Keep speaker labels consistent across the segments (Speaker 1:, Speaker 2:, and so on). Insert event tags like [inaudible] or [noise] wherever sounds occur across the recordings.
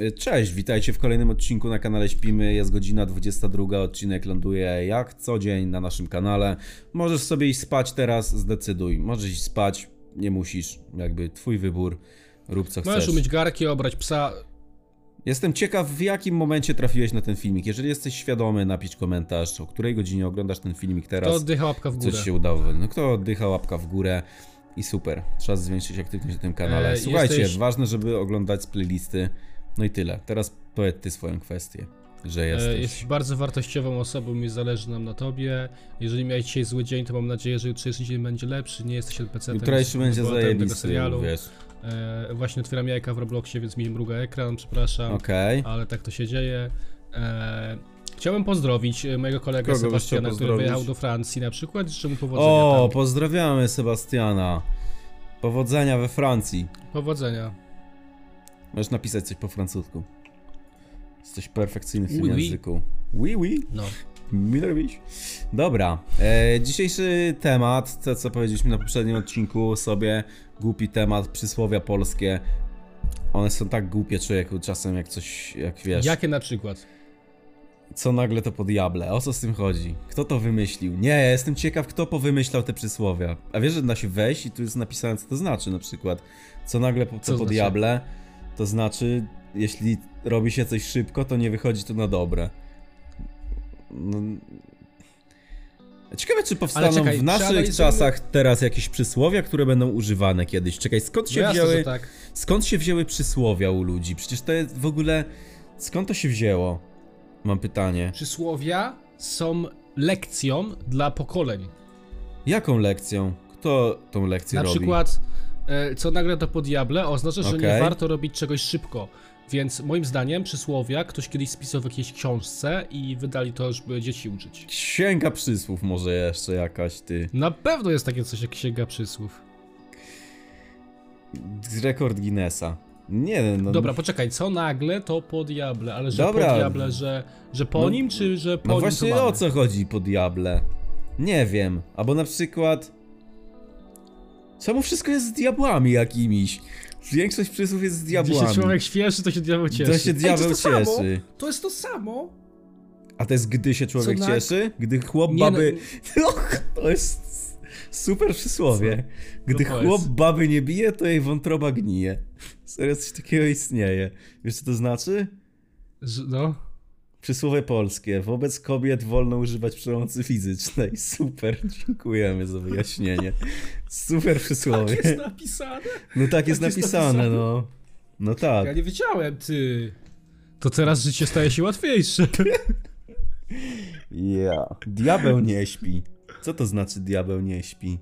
Speaker 1: Y, Cześć, witajcie w kolejnym odcinku na kanale Śpimy. Jest godzina 22, odcinek ląduje jak co dzień na naszym kanale. Możesz sobie iść spać teraz, zdecyduj. Możesz iść spać, nie musisz, jakby twój wybór. Rób co
Speaker 2: Możesz
Speaker 1: chcesz.
Speaker 2: umyć garki, obrać psa.
Speaker 1: Jestem ciekaw, w jakim momencie trafiłeś na ten filmik. Jeżeli jesteś świadomy, napisz komentarz, o której godzinie oglądasz ten filmik
Speaker 2: To
Speaker 1: teraz.
Speaker 2: oddycha łapka w górę.
Speaker 1: Coś się udało. No kto oddycha, łapka w górę. I super. Trzeba zwiększyć aktywność na tym kanale.
Speaker 2: E,
Speaker 1: Słuchajcie,
Speaker 2: jesteś-
Speaker 1: ważne, żeby oglądać z playlisty. No i tyle. Teraz powiedz ty swoją kwestię, że
Speaker 2: E,
Speaker 1: jesteś.
Speaker 2: Jesteś bardzo wartościową osobą i zależy nam na tobie. Jeżeli miałeś dzisiaj zły dzień, to mam nadzieję, że jutrzejszy dzień będzie lepszy. Nie jesteś NPC-tem.
Speaker 1: Jutrejszy będzie
Speaker 2: tego
Speaker 1: zajebisty,
Speaker 2: serialu.
Speaker 1: wiesz.
Speaker 2: E, właśnie otwieram jajka w Robloxie, więc mi mruga ekran, przepraszam.
Speaker 1: Okej.
Speaker 2: Ale tak to się dzieje. E, chciałem pozdrowić e, mojego kolegę
Speaker 1: Kogo byś chciał
Speaker 2: Sebastiana, który
Speaker 1: pozdrowić?
Speaker 2: wyjechał do Francji na przykład. Życzę mu powodzenia.
Speaker 1: O,
Speaker 2: tam.
Speaker 1: pozdrawiamy Sebastiana. Powodzenia we Francji.
Speaker 2: Powodzenia.
Speaker 1: Możesz napisać coś po francusku. Jesteś perfekcyjny w tym
Speaker 2: Oui, oui.
Speaker 1: języku. Oui, oui.
Speaker 2: No.
Speaker 1: Milerwicz. tak Dobra, e, dzisiejszy temat, to co powiedzieliśmy na poprzednim odcinku sobie, głupi temat, przysłowia polskie. One są tak głupie, człowieku, czasem jak coś, jak wiesz,
Speaker 2: Jakie na przykład?
Speaker 1: co nagle to po diable, o co z tym chodzi? Kto to wymyślił? Nie, ja jestem ciekaw, kto powymyślał te przysłowia. A wiesz, że da się wejść i tu jest napisane, co to znaczy na przykład. Co nagle po, co po
Speaker 2: znaczy?
Speaker 1: diable, to znaczy, jeśli robi się coś szybko, to nie wychodzi to na dobre. No... Ciekawe, czy powstaną
Speaker 2: czekaj,
Speaker 1: w naszych
Speaker 2: przeanalizujmy-
Speaker 1: czasach teraz jakieś przysłowia, które będą używane kiedyś. Czekaj, skąd się
Speaker 2: No jasne,
Speaker 1: wzięły...
Speaker 2: że tak.
Speaker 1: Skąd się wzięły przysłowia u ludzi? Przecież to jest w ogóle. Skąd to się wzięło? Mam pytanie.
Speaker 2: Przysłowia są lekcją dla pokoleń.
Speaker 1: Jaką lekcją? Kto tą lekcję
Speaker 2: Na
Speaker 1: robi?
Speaker 2: przykład, e, co nagle to po diable oznacza, że nie
Speaker 1: Okej.
Speaker 2: warto robić czegoś szybko. Więc moim zdaniem przysłowia ktoś kiedyś spisał w jakiejś książce i wydali to, żeby dzieci uczyć.
Speaker 1: Księga przysłów może jeszcze jakaś ty.
Speaker 2: Na pewno jest takie coś jak księga przysłów.
Speaker 1: Rekord Guinnessa. Nie no.
Speaker 2: Dobra, poczekaj, co nagle to po diable, ale że
Speaker 1: Dobra.
Speaker 2: po diable, że, że po
Speaker 1: No-
Speaker 2: nim, czy że po
Speaker 1: No
Speaker 2: nim
Speaker 1: właśnie
Speaker 2: to mamy?
Speaker 1: o co chodzi po diable? Nie wiem. Albo na przykład. Czemu wszystko jest z diabłami jakimiś? Większość przysłów jest z
Speaker 2: Gdy
Speaker 1: diabłami.
Speaker 2: się człowiek śpieszy, to się diabeł cieszy.
Speaker 1: To się
Speaker 2: Ej,
Speaker 1: diabeł
Speaker 2: to samo?
Speaker 1: cieszy.
Speaker 2: To jest to samo?
Speaker 1: A to jest gdy się człowiek
Speaker 2: na-
Speaker 1: cieszy? Gdy chłop
Speaker 2: Nie, no-
Speaker 1: baby. [laughs] Och, to jest s- super przysłowie. Gdy
Speaker 2: No powiedz.
Speaker 1: chłop baby nie bije, to jej wątroba gnije. Serio coś takiego istnieje. Wiesz co to znaczy?
Speaker 2: Że, no.
Speaker 1: Przysłowie polskie. Wobec kobiet wolno używać przemocy fizycznej. [laughs] Super, dziękujemy za wyjaśnienie. Super przysłowie.
Speaker 2: Tak jest napisane.
Speaker 1: No tak jest
Speaker 2: tak jest
Speaker 1: napisane,
Speaker 2: napisane.
Speaker 1: no. No tak.
Speaker 2: Ja nie wiedziałem, ty. To teraz życie staje się łatwiejsze. [laughs]
Speaker 1: Yeah. Diabeł nie śpi. Co to znaczy diabeł nie śpi?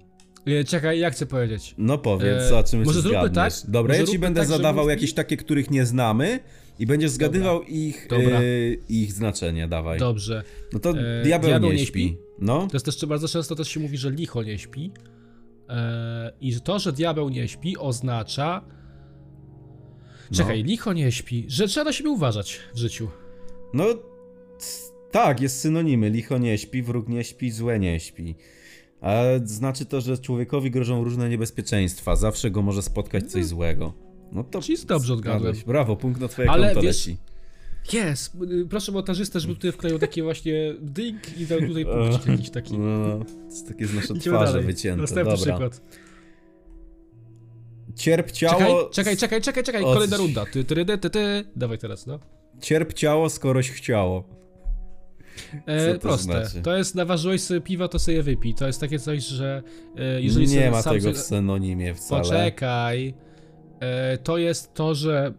Speaker 2: E, Czekaj, ja chcę powiedzieć.
Speaker 1: No powiedz,
Speaker 2: E,
Speaker 1: za czym
Speaker 2: może
Speaker 1: się
Speaker 2: zróbmy
Speaker 1: zgadniesz.
Speaker 2: tak?
Speaker 1: Dobra,
Speaker 2: Może
Speaker 1: ja ci
Speaker 2: zróbmy
Speaker 1: będę
Speaker 2: tak, że
Speaker 1: zadawał
Speaker 2: mówi-
Speaker 1: jakieś takie, których nie znamy i będziesz
Speaker 2: Dobra.
Speaker 1: zgadywał ich
Speaker 2: Dobra.
Speaker 1: e, ich znaczenie, dawaj.
Speaker 2: Dobrze.
Speaker 1: No to
Speaker 2: E,
Speaker 1: diabeł,
Speaker 2: diabeł
Speaker 1: nie,
Speaker 2: nie
Speaker 1: śpi.
Speaker 2: śpi.
Speaker 1: No,
Speaker 2: To jest też bardzo często też się mówi, że licho nie śpi. E, I że to, że diabeł nie śpi, oznacza. Czekaj, licho nie śpi, że trzeba na siebie uważać w życiu.
Speaker 1: no c- tak, jest synonimy. Licho nie śpi, wróg nie śpi, złe nie śpi. A znaczy to, że człowiekowi grożą różne niebezpieczeństwa. Zawsze go może spotkać coś złego. No to
Speaker 2: Czyli dobrze odgadłem.
Speaker 1: zgadłeś. Brawo, punkt na twoje
Speaker 2: Ale
Speaker 1: konto
Speaker 2: wiesz-
Speaker 1: leci.
Speaker 2: Jest! y, Proszę montażystę, żeby tutaj wkleił [laughs] taki właśnie dynk i dał tutaj punkt jakiś taki.
Speaker 1: No, no, to jest takie z nasze
Speaker 2: Idziemy
Speaker 1: twarze
Speaker 2: dalej.
Speaker 1: wycięte.
Speaker 2: Następny
Speaker 1: Dobra.
Speaker 2: przykład.
Speaker 1: Cierp
Speaker 2: Czekaj,
Speaker 1: ciało.
Speaker 2: czekaj, czekaj, czekaj, czekaj,
Speaker 1: O,
Speaker 2: kolejna
Speaker 1: coś-
Speaker 2: runda. Ty, ty, ty, ty, ty. Dawaj teraz, no.
Speaker 1: Cierp ciało, skoroś chciało.
Speaker 2: E,
Speaker 1: Co to
Speaker 2: proste.
Speaker 1: znaczy?
Speaker 2: To jest, naważyłeś sobie piwa, to sobie wypij. To jest takie coś, że e, jeżeli
Speaker 1: nie
Speaker 2: sobie
Speaker 1: ma
Speaker 2: sam
Speaker 1: tego w
Speaker 2: sobie...
Speaker 1: synonimie wcale.
Speaker 2: Poczekaj. E, to jest to, że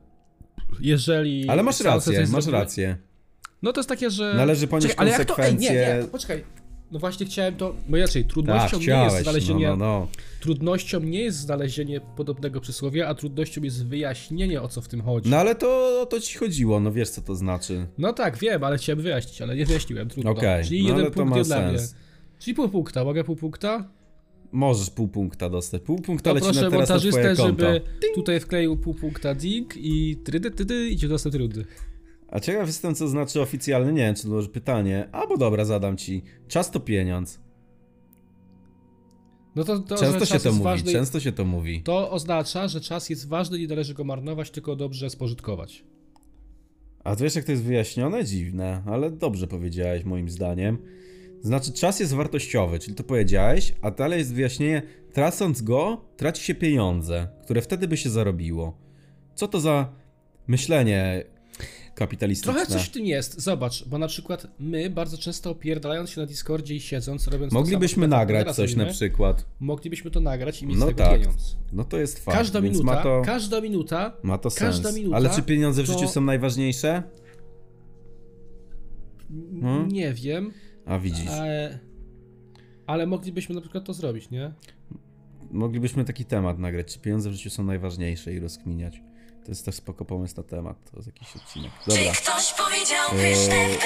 Speaker 2: jeżeli...
Speaker 1: Ale masz
Speaker 2: sam sobie
Speaker 1: rację,
Speaker 2: coś
Speaker 1: masz
Speaker 2: zrobiłeś-
Speaker 1: rację.
Speaker 2: No to jest takie, że...
Speaker 1: Należy ponieść
Speaker 2: Czekaj, ale jak to... Ej, nie,
Speaker 1: konsekwencje.
Speaker 2: nie, poczekaj. No właśnie chciałem to... Bo inaczej,
Speaker 1: Tak,
Speaker 2: trudnością nie jest
Speaker 1: chciałeś, no,
Speaker 2: znalezienie...
Speaker 1: no, no.
Speaker 2: Trudnością nie jest znalezienie podobnego przysłowia, a trudnością jest wyjaśnienie, o co w tym chodzi.
Speaker 1: No ale to, o to ci chodziło, no wiesz co to znaczy.
Speaker 2: No tak, wiem, ale chciałem wyjaśnić, ale nie wyjaśniłem, trudno.
Speaker 1: Okej,
Speaker 2: Czyli
Speaker 1: no
Speaker 2: jeden
Speaker 1: ale to
Speaker 2: punkt
Speaker 1: ma
Speaker 2: nie dla mnie.
Speaker 1: sens.
Speaker 2: Czyli pół punkta, mogę pół punkta?
Speaker 1: Możesz pół punkta dostać. Pół punkta
Speaker 2: To
Speaker 1: leci na
Speaker 2: proszę
Speaker 1: teraz na
Speaker 2: montażystę,
Speaker 1: twoje konto.
Speaker 2: żeby tutaj wkleił pół punkta ding i trydy, tydy, idzie do następnej rundy.
Speaker 1: A ciekaw jestem co znaczy oficjalny, nie wiem czy to było pytanie. Albo dobra, zadam ci. Czas to pieniądz.
Speaker 2: No to, to że
Speaker 1: Często się
Speaker 2: czas
Speaker 1: to
Speaker 2: jest
Speaker 1: mówi,
Speaker 2: ważny,
Speaker 1: często się to mówi.
Speaker 2: To oznacza, że czas jest ważny i nie należy go marnować, tylko dobrze spożytkować.
Speaker 1: A to wiesz, jak to jest wyjaśnione? Dziwne, ale dobrze powiedziałeś moim zdaniem. Znaczy, czas jest wartościowy, czyli to powiedziałeś, a dalej jest wyjaśnienie, tracąc go, traci się pieniądze, które wtedy by się zarobiło. Co to za myślenie kapitalistyczne?
Speaker 2: Trochę coś w tym jest, zobacz, bo na przykład my bardzo często opierdalając się na Discordzie i siedząc, robiąc to
Speaker 1: Moglibyśmy
Speaker 2: samo, co
Speaker 1: nagrać
Speaker 2: teraz
Speaker 1: coś na
Speaker 2: robimy,
Speaker 1: przykład.
Speaker 2: Moglibyśmy to nagrać i mieć
Speaker 1: No
Speaker 2: z tego
Speaker 1: tak.
Speaker 2: pieniądz.
Speaker 1: No to jest fakt,
Speaker 2: Każda
Speaker 1: więc
Speaker 2: minuta,
Speaker 1: ma to,
Speaker 2: każda minuta
Speaker 1: ma to sens.
Speaker 2: każda minuta
Speaker 1: Ale czy pieniądze w
Speaker 2: to-
Speaker 1: życiu są najważniejsze? Hmm?
Speaker 2: Nie wiem,
Speaker 1: A widzisz,
Speaker 2: ale, ale moglibyśmy na przykład to zrobić, nie?
Speaker 1: moglibyśmy taki temat nagrać, czy pieniądze w życiu są najważniejsze i rozkminiać. To jest też spoko pomysł na temat, to jest jakiś odcinek. Dobra.
Speaker 3: Czy ktoś powiedział pyszne w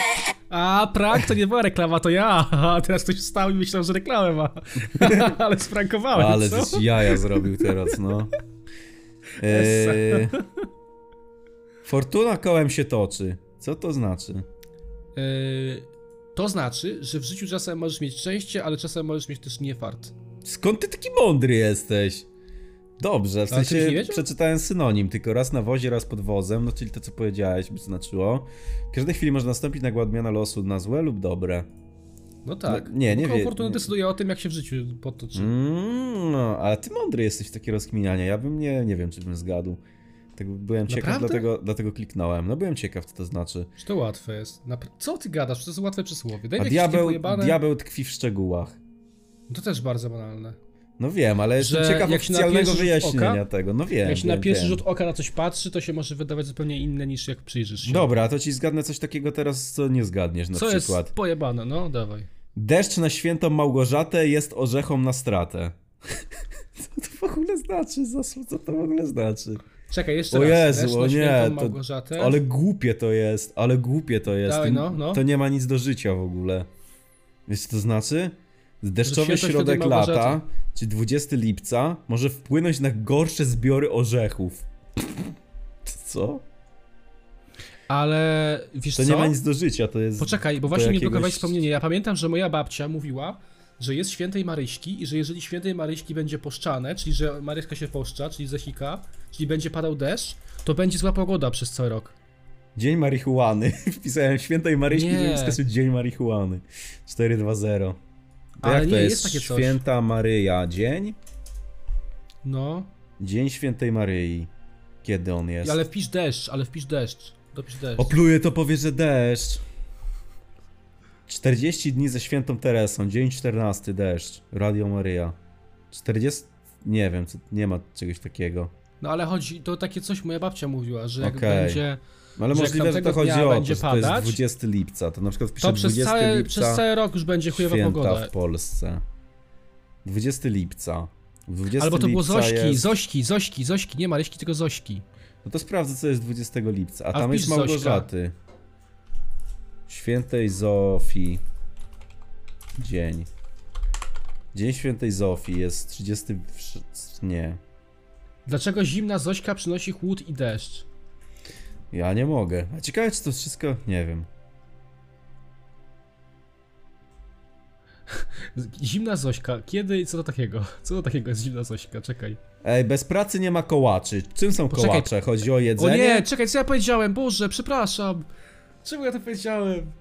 Speaker 2: A, prank to nie była reklama, to ja. [laughs] Teraz ktoś wstał i myślał, że reklamę ma. [laughs] ale sprankowałem,
Speaker 1: Ale żeś jaja zrobił teraz, no. Eee, fortuna kołem się toczy. Co to znaczy?
Speaker 2: E, to znaczy, że w życiu czasem możesz mieć szczęście, ale czasem możesz mieć też niefart.
Speaker 1: Skąd ty taki mądry jesteś? Dobrze, w
Speaker 2: Ale ty byś nie
Speaker 1: sensie
Speaker 2: wiedział?
Speaker 1: przeczytałem synonim, tylko raz na wozie, raz pod wozem, no czyli to co powiedziałeś by znaczyło. W każdej chwili może nastąpić nagła odmiana losu na złe lub dobre.
Speaker 2: No tak.
Speaker 1: No, nie, nie
Speaker 2: Koło
Speaker 1: wie-
Speaker 2: fortuny
Speaker 1: nie-
Speaker 2: decyduje o tym, jak się w życiu potoczy.
Speaker 1: Mm, no, ale ty mądry jesteś w takie rozkminianie. Ja bym nie, nie wiem, czy bym zgadł. Tak byłem ciekaw,
Speaker 2: Naprawdę?
Speaker 1: dlatego, dlatego kliknąłem. No byłem ciekaw, co to znaczy.
Speaker 2: Czy to łatwe jest? Napra- Co ty gadasz? To jest łatwe przysłowie. Daj mi
Speaker 1: A
Speaker 2: jakieś
Speaker 1: diabeł,
Speaker 2: pojebane-
Speaker 1: diabeł tkwi w szczegółach.
Speaker 2: To też bardzo banalne.
Speaker 1: No wiem, ale jestem
Speaker 2: Że
Speaker 1: ciekaw
Speaker 2: jak się
Speaker 1: oficjalnego
Speaker 2: napierzesz z
Speaker 1: wyjaśnienia
Speaker 2: oka,
Speaker 1: tego. No wiem.
Speaker 2: Jak się
Speaker 1: wiem,
Speaker 2: na pierwszy
Speaker 1: wiem.
Speaker 2: rzut oka na coś patrzy, to się może wydawać zupełnie inne niż jak przyjrzysz się.
Speaker 1: Dobra, to ci zgadnę coś takiego teraz, co nie zgadniesz na
Speaker 2: Co
Speaker 1: przykład.
Speaker 2: jest pojebane, no dawaj.
Speaker 1: Deszcz na świętą Małgorzatę jest orzechom na stratę. [laughs] Co to w ogóle znaczy? Zasło, co to w ogóle znaczy?
Speaker 2: Czekaj, jeszcze
Speaker 1: O
Speaker 2: raz.
Speaker 1: Jezu,
Speaker 2: Deszcz na
Speaker 1: o nie,
Speaker 2: Świętą
Speaker 1: to-
Speaker 2: Małgorzatę.
Speaker 1: Ale głupie to jest, ale głupie to jest.
Speaker 2: Dawaj,
Speaker 1: to,
Speaker 2: no, no.
Speaker 1: to nie ma nic do życia w ogóle. Wiesz co to znaczy? Deszczowy
Speaker 2: Że święto
Speaker 1: środek
Speaker 2: Świętej Małgorzaty.
Speaker 1: lata, czy 20 lipca, może wpłynąć na gorsze zbiory orzechów. Co?
Speaker 2: Ale wiesz
Speaker 1: To
Speaker 2: co?
Speaker 1: nie ma nic do życia, to jest...
Speaker 2: Poczekaj, bo właśnie mi
Speaker 1: jakiegoś-
Speaker 2: odblokowałeś wspomnienie. Ja pamiętam, że moja babcia mówiła, że jest świętej Maryśki i że jeżeli świętej Maryśki będzie poszczane, czyli że Maryśka się poszcza, czyli zasika, czyli będzie padał deszcz, to będzie zła pogoda przez cały rok.
Speaker 1: Dzień marihuany. [laughs] Wpisałem świętej Maryśki,
Speaker 2: Nie.
Speaker 1: żeby wskazać Dzień marihuany. 4-2-0. To
Speaker 2: Ale
Speaker 1: jak to
Speaker 2: nie,
Speaker 1: jest?
Speaker 2: jest takie coś.
Speaker 1: Święta Maryja, dzień?
Speaker 2: No,
Speaker 1: Dzień świętej Maryi. Kiedy on jest?
Speaker 2: ale wpisz deszcz, ale wpisz deszcz. Dopisz deszcz.
Speaker 1: Opluję to powie, że deszcz. 40 dni ze świętą Teresą, dzień 14, deszcz, Radio Maryja. 40... nie wiem, co- nie ma czegoś takiego.
Speaker 2: No ale chodzi, to takie coś moja babcia mówiła, że jak
Speaker 1: Okej.
Speaker 2: będzie...
Speaker 1: No Ale
Speaker 2: Że jak
Speaker 1: możliwe, że
Speaker 2: tamtego
Speaker 1: to chodzi
Speaker 2: dnia
Speaker 1: o to,
Speaker 2: będzie
Speaker 1: że to jest
Speaker 2: padać,
Speaker 1: 20 lipca, to na przykład wpisze
Speaker 2: To przez
Speaker 1: 20
Speaker 2: cały,
Speaker 1: lipca.
Speaker 2: przez cały rok już będzie chujowa
Speaker 1: święta
Speaker 2: pogoda.
Speaker 1: w Polsce. 20 lipca. 20
Speaker 2: Albo to było
Speaker 1: lipca
Speaker 2: Zośki,
Speaker 1: jest...
Speaker 2: Zośki, Zośki, Zośki, nie Maryśki, tylko Zośki.
Speaker 1: No to sprawdzę, co jest 20 lipca. A,
Speaker 2: A
Speaker 1: tam jest
Speaker 2: wpisz Zośka.
Speaker 1: Małgorzaty. Świętej Zofii. Dzień. Dzień świętej Zofii jest 30. wrz- Nie.
Speaker 2: Dlaczego zimna Zośka przynosi chłód i deszcz?
Speaker 1: Ja nie mogę. A ciekawe, czy to wszystko. Nie wiem.
Speaker 2: Zimna Zośka, kiedy i co do takiego? Co do takiego jest zimna Zośka, czekaj.
Speaker 1: Ej, bez pracy nie ma kołaczy. Czym są
Speaker 2: Poczekaj.
Speaker 1: kołacze? Chodzi o
Speaker 2: O
Speaker 1: jedzenie?
Speaker 2: nie, czekaj, co ja powiedziałem? Boże, przepraszam. Czemu ja to powiedziałem?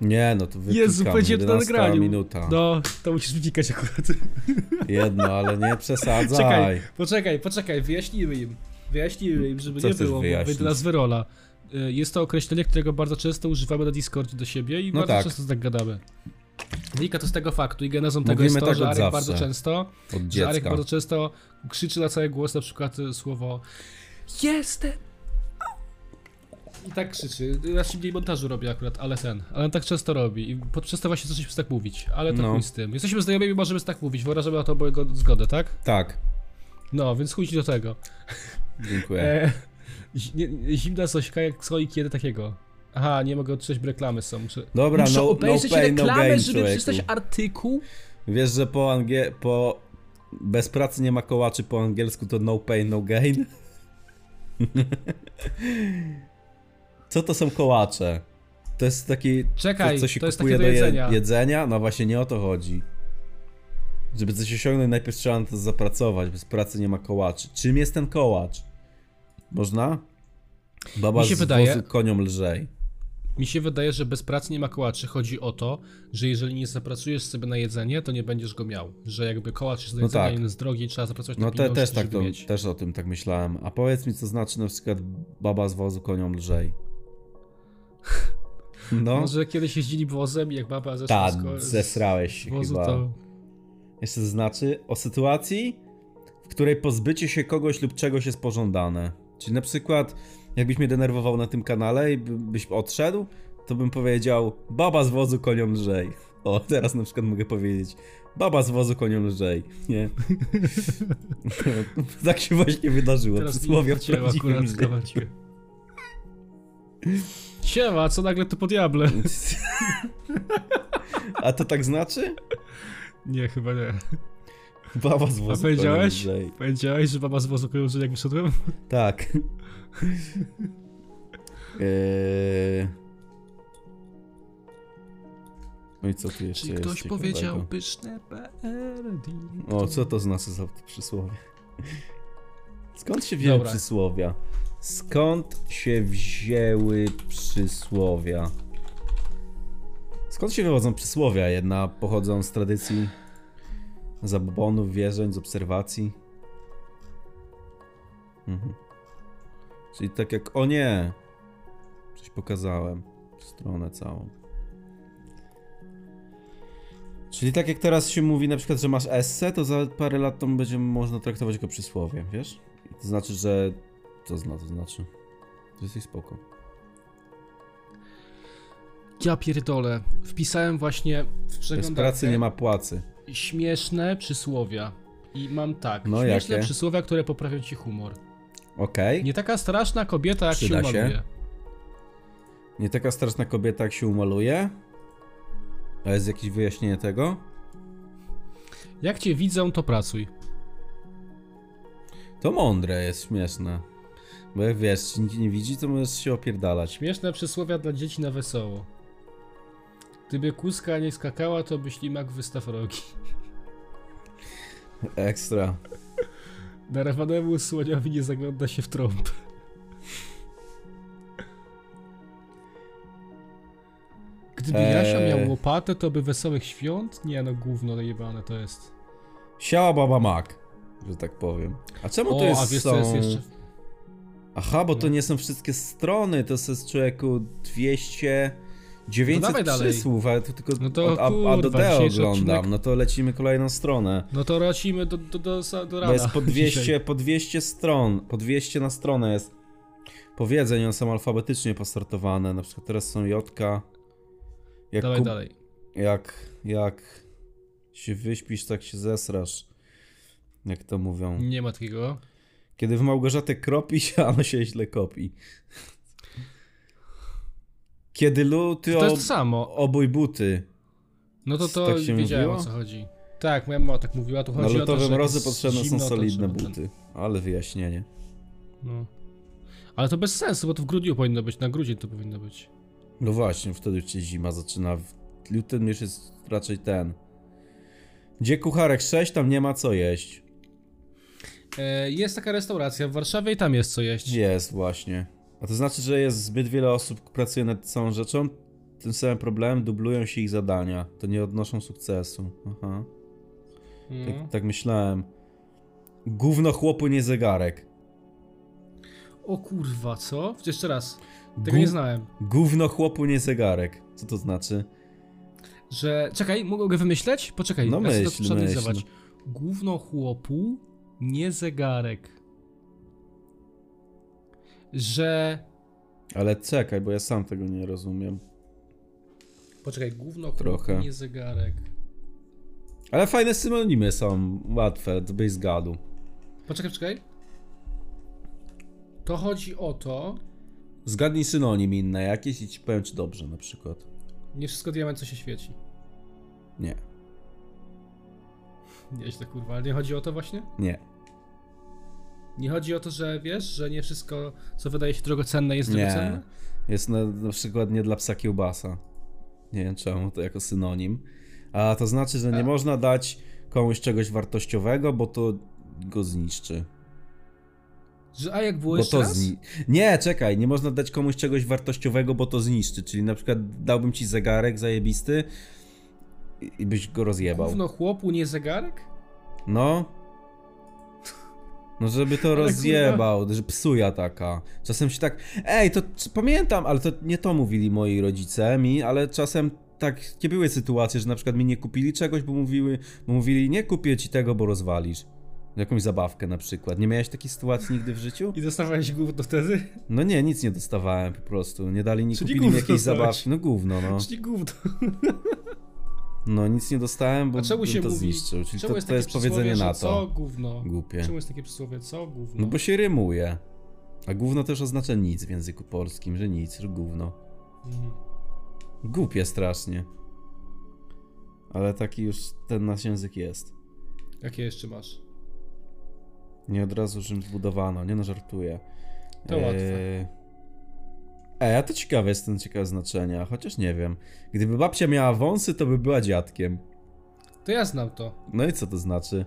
Speaker 1: Nie, no to wyklikam.
Speaker 2: Jezu, powiedziałem to na
Speaker 1: 11
Speaker 2: nagraniu.
Speaker 1: minuta.
Speaker 2: No, to musisz wypikać akurat. [laughs]
Speaker 1: Jedno, ale nie przesadzaj.
Speaker 2: Czekaj, poczekaj, poczekaj, wyjaśnijmy im. Wyjaśnijmy im, żeby
Speaker 1: Co
Speaker 2: nie
Speaker 1: chcesz
Speaker 2: było
Speaker 1: wyjaśnić?
Speaker 2: dla wyrola. Y, Jest to określenie, którego bardzo często używamy na Discordzie do siebie i
Speaker 1: No
Speaker 2: bardzo
Speaker 1: tak.
Speaker 2: często tak gadamy. Wynika to z tego faktu i genezą tego
Speaker 1: Mówimy
Speaker 2: jest to,
Speaker 1: tak
Speaker 2: że
Speaker 1: od
Speaker 2: Arek
Speaker 1: zawsze.
Speaker 2: bardzo często
Speaker 1: Od
Speaker 2: Że Arek
Speaker 1: dziecka.
Speaker 2: bardzo często krzyczy na cały głos na przykład y, słowo Jestem! I tak krzyczy. Ja się mniej montażu robię akurat, ale ten. Ale on tak często robi. I pod, przez to właśnie zaczęliśmy tak mówić. Ale to
Speaker 1: No.
Speaker 2: chuj z tym. Jesteśmy znajomymi, możemy tak mówić. Wyrażamy na to obojego zgodę, tak?
Speaker 1: Tak,
Speaker 2: No, więc chuj ci do tego.
Speaker 1: dziękuję.
Speaker 2: E, zi- nie- zimna Sośka, jak co i kiedy takiego. Aha, nie mogę odczytać, bo reklamy są. Muszę,
Speaker 1: Dobra,
Speaker 2: muszę
Speaker 1: no- no
Speaker 2: obejrzeć
Speaker 1: pain, no
Speaker 2: reklamę,
Speaker 1: gain,
Speaker 2: żeby
Speaker 1: człowieku.
Speaker 2: przeczytać artykuł.
Speaker 1: Wiesz, że po angie... po... Bez pracy nie ma kołaczy po angielsku to no pain, no gain? [laughs] Co to są kołacze? To jest taki...
Speaker 2: Czekaj,
Speaker 1: to, co się
Speaker 2: to jest
Speaker 1: kupuje
Speaker 2: takie do
Speaker 1: je-
Speaker 2: jedzenia.
Speaker 1: jedzenia? No właśnie nie o to chodzi. Żeby coś osiągnąć, najpierw trzeba na to zapracować. Bez pracy nie ma kołaczy. Czym jest ten kołacz? Można? Baba
Speaker 2: Mi się
Speaker 1: z
Speaker 2: wydaje-
Speaker 1: wozu koniom lżej.
Speaker 2: Mi się wydaje, że bez pracy nie ma kołaczy. Chodzi o to, że jeżeli nie zapracujesz sobie na jedzenie, to nie będziesz go miał. Że jakby kołacz jest do
Speaker 1: No
Speaker 2: jedzenia
Speaker 1: tak.
Speaker 2: jeden z drogi, trzeba zapracować na
Speaker 1: No te,
Speaker 2: pieniądze,
Speaker 1: też tak
Speaker 2: żeby
Speaker 1: to,
Speaker 2: mieć.
Speaker 1: też o tym tak myślałem. A powiedz mi, co znaczy na przykład baba z wozu koniom
Speaker 2: [laughs]
Speaker 1: lżej. No,
Speaker 2: Może kiedyś jeździli wozem i jak baba zeszła
Speaker 1: tak,
Speaker 2: z ko-
Speaker 1: zesrałeś
Speaker 2: z
Speaker 1: się
Speaker 2: wozu,
Speaker 1: chyba.
Speaker 2: to...
Speaker 1: Jeszcze to znaczy o sytuacji, w której pozbycie się kogoś lub czegoś jest pożądane. Czyli na przykład, jakbyś mnie denerwował na tym kanale i by- byś odszedł, to bym powiedział, baba z wozu koniom lżej. O, teraz na przykład mogę powiedzieć, baba z wozu koniom lżej, nie? [laughs] tak się właśnie wydarzyło,
Speaker 2: Teraz
Speaker 1: przysłowie
Speaker 2: słowie
Speaker 1: w prawdziwym
Speaker 2: akurat
Speaker 1: życiu.
Speaker 2: skowaciłem. Siema, co nagle to po diable?
Speaker 1: [laughs] A to tak znaczy?
Speaker 2: Nie, chyba nie.
Speaker 1: Baba z
Speaker 2: A
Speaker 1: wozu koniom
Speaker 2: powiedziałeś?
Speaker 1: lżej.
Speaker 2: Powiedziałeś, że baba z wozu kojarzy jak wyszedłem? [laughs]
Speaker 1: Tak. Eee... No i co tu jeszcze
Speaker 2: Czy
Speaker 1: jest
Speaker 2: ktoś
Speaker 1: ciekawego?
Speaker 2: powiedział pyszne PRD?
Speaker 1: O, co to znaczy za to przysłowie? [laughs] Skąd się wzięły
Speaker 2: Dobra.
Speaker 1: przysłowia? Skąd się wzięły przysłowia? Skąd się wywodzą przysłowia? Jedna pochodzą z tradycji zabobonów, wierzeń, z obserwacji. Mhm. Czyli tak jak, o nie! Coś pokazałem. Stronę całą. Czyli tak jak teraz się mówi na przykład, że masz esse, to za parę lat to będzie można traktować go przysłowiem, wiesz? I to znaczy, że... Co zna, to znaczy? To jesteś spoko.
Speaker 2: Ja pierdolę. Wpisałem właśnie w
Speaker 1: Bez
Speaker 2: przeglądarkę
Speaker 1: pracy nie ma płacy.
Speaker 2: śmieszne przysłowia. I mam tak,
Speaker 1: No,
Speaker 2: śmieszne
Speaker 1: jakie?
Speaker 2: przysłowia, które poprawią ci humor.
Speaker 1: Okej?
Speaker 2: Nie taka straszna kobieta, jak
Speaker 1: Przyda
Speaker 2: się
Speaker 1: się.
Speaker 2: umaluje.
Speaker 1: Nie taka straszna kobieta jak się umaluje? A jest jakieś wyjaśnienie tego?
Speaker 2: Jak cię widzą, to pracuj.
Speaker 1: To mądre jest, śmieszne. Bo jak wiesz, nikt nie widzi, to możesz się opierdalać.
Speaker 2: Śmieszne przysłowia dla dzieci na wesoło. Gdyby kuska nie skakała, to by ślimak wystaw rogi. [laughs]
Speaker 1: Ekstra.
Speaker 2: Darowanemu słoniowi nie zagląda się w trąb. Gdyby
Speaker 1: Eee.
Speaker 2: Jasia miał łopatę, to by wesołych świąt? Nie no, gówno jebane to jest.
Speaker 1: Siała baba mak, że tak powiem. A czemu to
Speaker 2: O,
Speaker 1: jest
Speaker 2: a wiesz
Speaker 1: są...
Speaker 2: co jest jeszcze?
Speaker 1: Aha, bo to nie są wszystkie strony, to jest człowieku 200, 900
Speaker 2: No dawaj dalej.
Speaker 1: przysłów, ale to tylko
Speaker 2: No to
Speaker 1: od A, A do
Speaker 2: kurwa,
Speaker 1: D
Speaker 2: dzisiejszy
Speaker 1: oglądam,
Speaker 2: odcinek-
Speaker 1: no to lecimy kolejną stronę.
Speaker 2: No to racimy do, do, do, do, do
Speaker 1: Bo
Speaker 2: rana.
Speaker 1: jest po
Speaker 2: [laughs] dzisiaj.
Speaker 1: 200, po 200 stron, po 200 na stronę jest powiedzeń, one są alfabetycznie postartowane, na przykład teraz są Jotka. Jak,
Speaker 2: Dawaj
Speaker 1: ku-
Speaker 2: dalej.
Speaker 1: jak, jak się wyśpisz, tak się zesrasz, jak to mówią.
Speaker 2: Nie ma takiego.
Speaker 1: Kiedy w Małgorzatę kropi się, ano się źle kopi. Kiedy luty
Speaker 2: To
Speaker 1: ob...
Speaker 2: jest to samo.
Speaker 1: obój buty.
Speaker 2: No to to
Speaker 1: Tak się
Speaker 2: wiedziałem
Speaker 1: mówiło?
Speaker 2: o co chodzi. Tak, moja mama tak mówiła, tu
Speaker 1: Na
Speaker 2: chodzi o to,
Speaker 1: lutowe
Speaker 2: że
Speaker 1: mrozy
Speaker 2: jak jest
Speaker 1: potrzebne są
Speaker 2: zimno, to
Speaker 1: solidne
Speaker 2: trzeba ten-
Speaker 1: buty. Ale wyjaśnienie.
Speaker 2: No. Ale to bez sensu, bo to w grudniu powinno być, na grudzień to powinno być.
Speaker 1: No właśnie, wtedy już się zima zaczyna. W lutym już jest raczej ten. Gdzie kucharek 6, tam nie ma co jeść.
Speaker 2: E, jest taka restauracja w Warszawie i tam jest co jeść.
Speaker 1: Gdzie jest właśnie? A to znaczy, że jest zbyt wiele osób, które pracuje nad całą rzeczą. Tym samym problemem dublują się ich zadania. To nie odnoszą sukcesu. Aha.
Speaker 2: No.
Speaker 1: Tak, tak myślałem. Gówno chłopu, nie zegarek.
Speaker 2: O kurwa, co? Jeszcze raz. Tego nie znałem.
Speaker 1: Gówno chłopu, nie zegarek. Co to znaczy?
Speaker 2: Że. Czekaj, mogę promyśleć? Poczekaj,
Speaker 1: No
Speaker 2: ja chcę to
Speaker 1: myśl,
Speaker 2: przeanalizować.
Speaker 1: myśl. no.
Speaker 2: Gówno chłopu, nie zegarek. Że.
Speaker 1: Ale czekaj, bo ja sam tego nie rozumiem.
Speaker 2: Poczekaj, gówno chłopu,
Speaker 1: Trochę.
Speaker 2: nie zegarek.
Speaker 1: Ale fajne synonimy są, łatwe, to byś zgadł.
Speaker 2: Poczekaj, poczekaj. To chodzi o to.
Speaker 1: Zgadnij synonim inne jakieś i ci powiem, czy dobrze na przykład.
Speaker 2: Nie wszystko diament, co się świeci.
Speaker 1: Nie,
Speaker 2: Nieźle, kurwa, ale nie chodzi o to właśnie?
Speaker 1: nie.
Speaker 2: Nie chodzi o to, że wiesz, że nie wszystko, co wydaje się drogocenne, jest
Speaker 1: Nie.
Speaker 2: drogocenne?
Speaker 1: Jest na, na przykład nie dla psa kiełbasa. Nie wiem czemu to jako synonim. A to znaczy, że nie
Speaker 2: A.
Speaker 1: można dać komuś czegoś wartościowego, bo to go zniszczy.
Speaker 2: Że a jak było
Speaker 1: Bo
Speaker 2: jeszcze
Speaker 1: to
Speaker 2: raz?
Speaker 1: zni- Nie, czekaj, nie można dać komuś czegoś wartościowego, bo to zniszczy. Czyli na przykład dałbym ci zegarek zajebisty i- i byś go rozjebał.
Speaker 2: Gówno chłopu, nie zegarek?
Speaker 1: No. No żeby to rozjebał, że psuja taka. Czasem się tak, ej, to c- pamiętam, ale to nie to mówili moi rodzice mi, ale czasem tak nie były sytuacje, że na przykład mi nie kupili czegoś, bo mówiły, bo mówili nie kupię ci tego, bo rozwalisz. Jakąś zabawkę na przykład. Nie miałeś takiej sytuacji nigdy w życiu?
Speaker 2: I dostawałeś gówno wtedy?
Speaker 1: No nie, nic nie dostawałem po prostu. Nie dali, nie
Speaker 2: Czyli
Speaker 1: kupili mi
Speaker 2: gówno
Speaker 1: jakiejś
Speaker 2: dostałeś.
Speaker 1: zabawki. No gówno, no.
Speaker 2: Czyli Znaczy, gówno.
Speaker 1: No nic nie dostałem, bo
Speaker 2: A czemu
Speaker 1: bym
Speaker 2: się
Speaker 1: to
Speaker 2: mówi?
Speaker 1: zniszczył. Czyli
Speaker 2: czemu
Speaker 1: to,
Speaker 2: jest
Speaker 1: to
Speaker 2: takie
Speaker 1: jest powiedzenie
Speaker 2: przysłowie,
Speaker 1: na
Speaker 2: że Co
Speaker 1: to.
Speaker 2: gówno?
Speaker 1: Głupie.
Speaker 2: Czemu jest takie przysłowie, co gówno?
Speaker 1: No bo się rymuje. A gówno też oznacza nic w języku polskim, że nic, że gówno.
Speaker 2: Mhm.
Speaker 1: Głupie strasznie. Ale taki już ten nasz język jest.
Speaker 2: Jakie jeszcze masz?
Speaker 1: Nie od razu Rzym zbudowano, nie no żartuję.
Speaker 2: To łatwe.
Speaker 1: E, a to ciekawe jest ten ciekawe znaczenia, chociaż nie wiem. Gdyby babcia miała wąsy, to by była dziadkiem.
Speaker 2: To ja znam to.
Speaker 1: No i co to znaczy?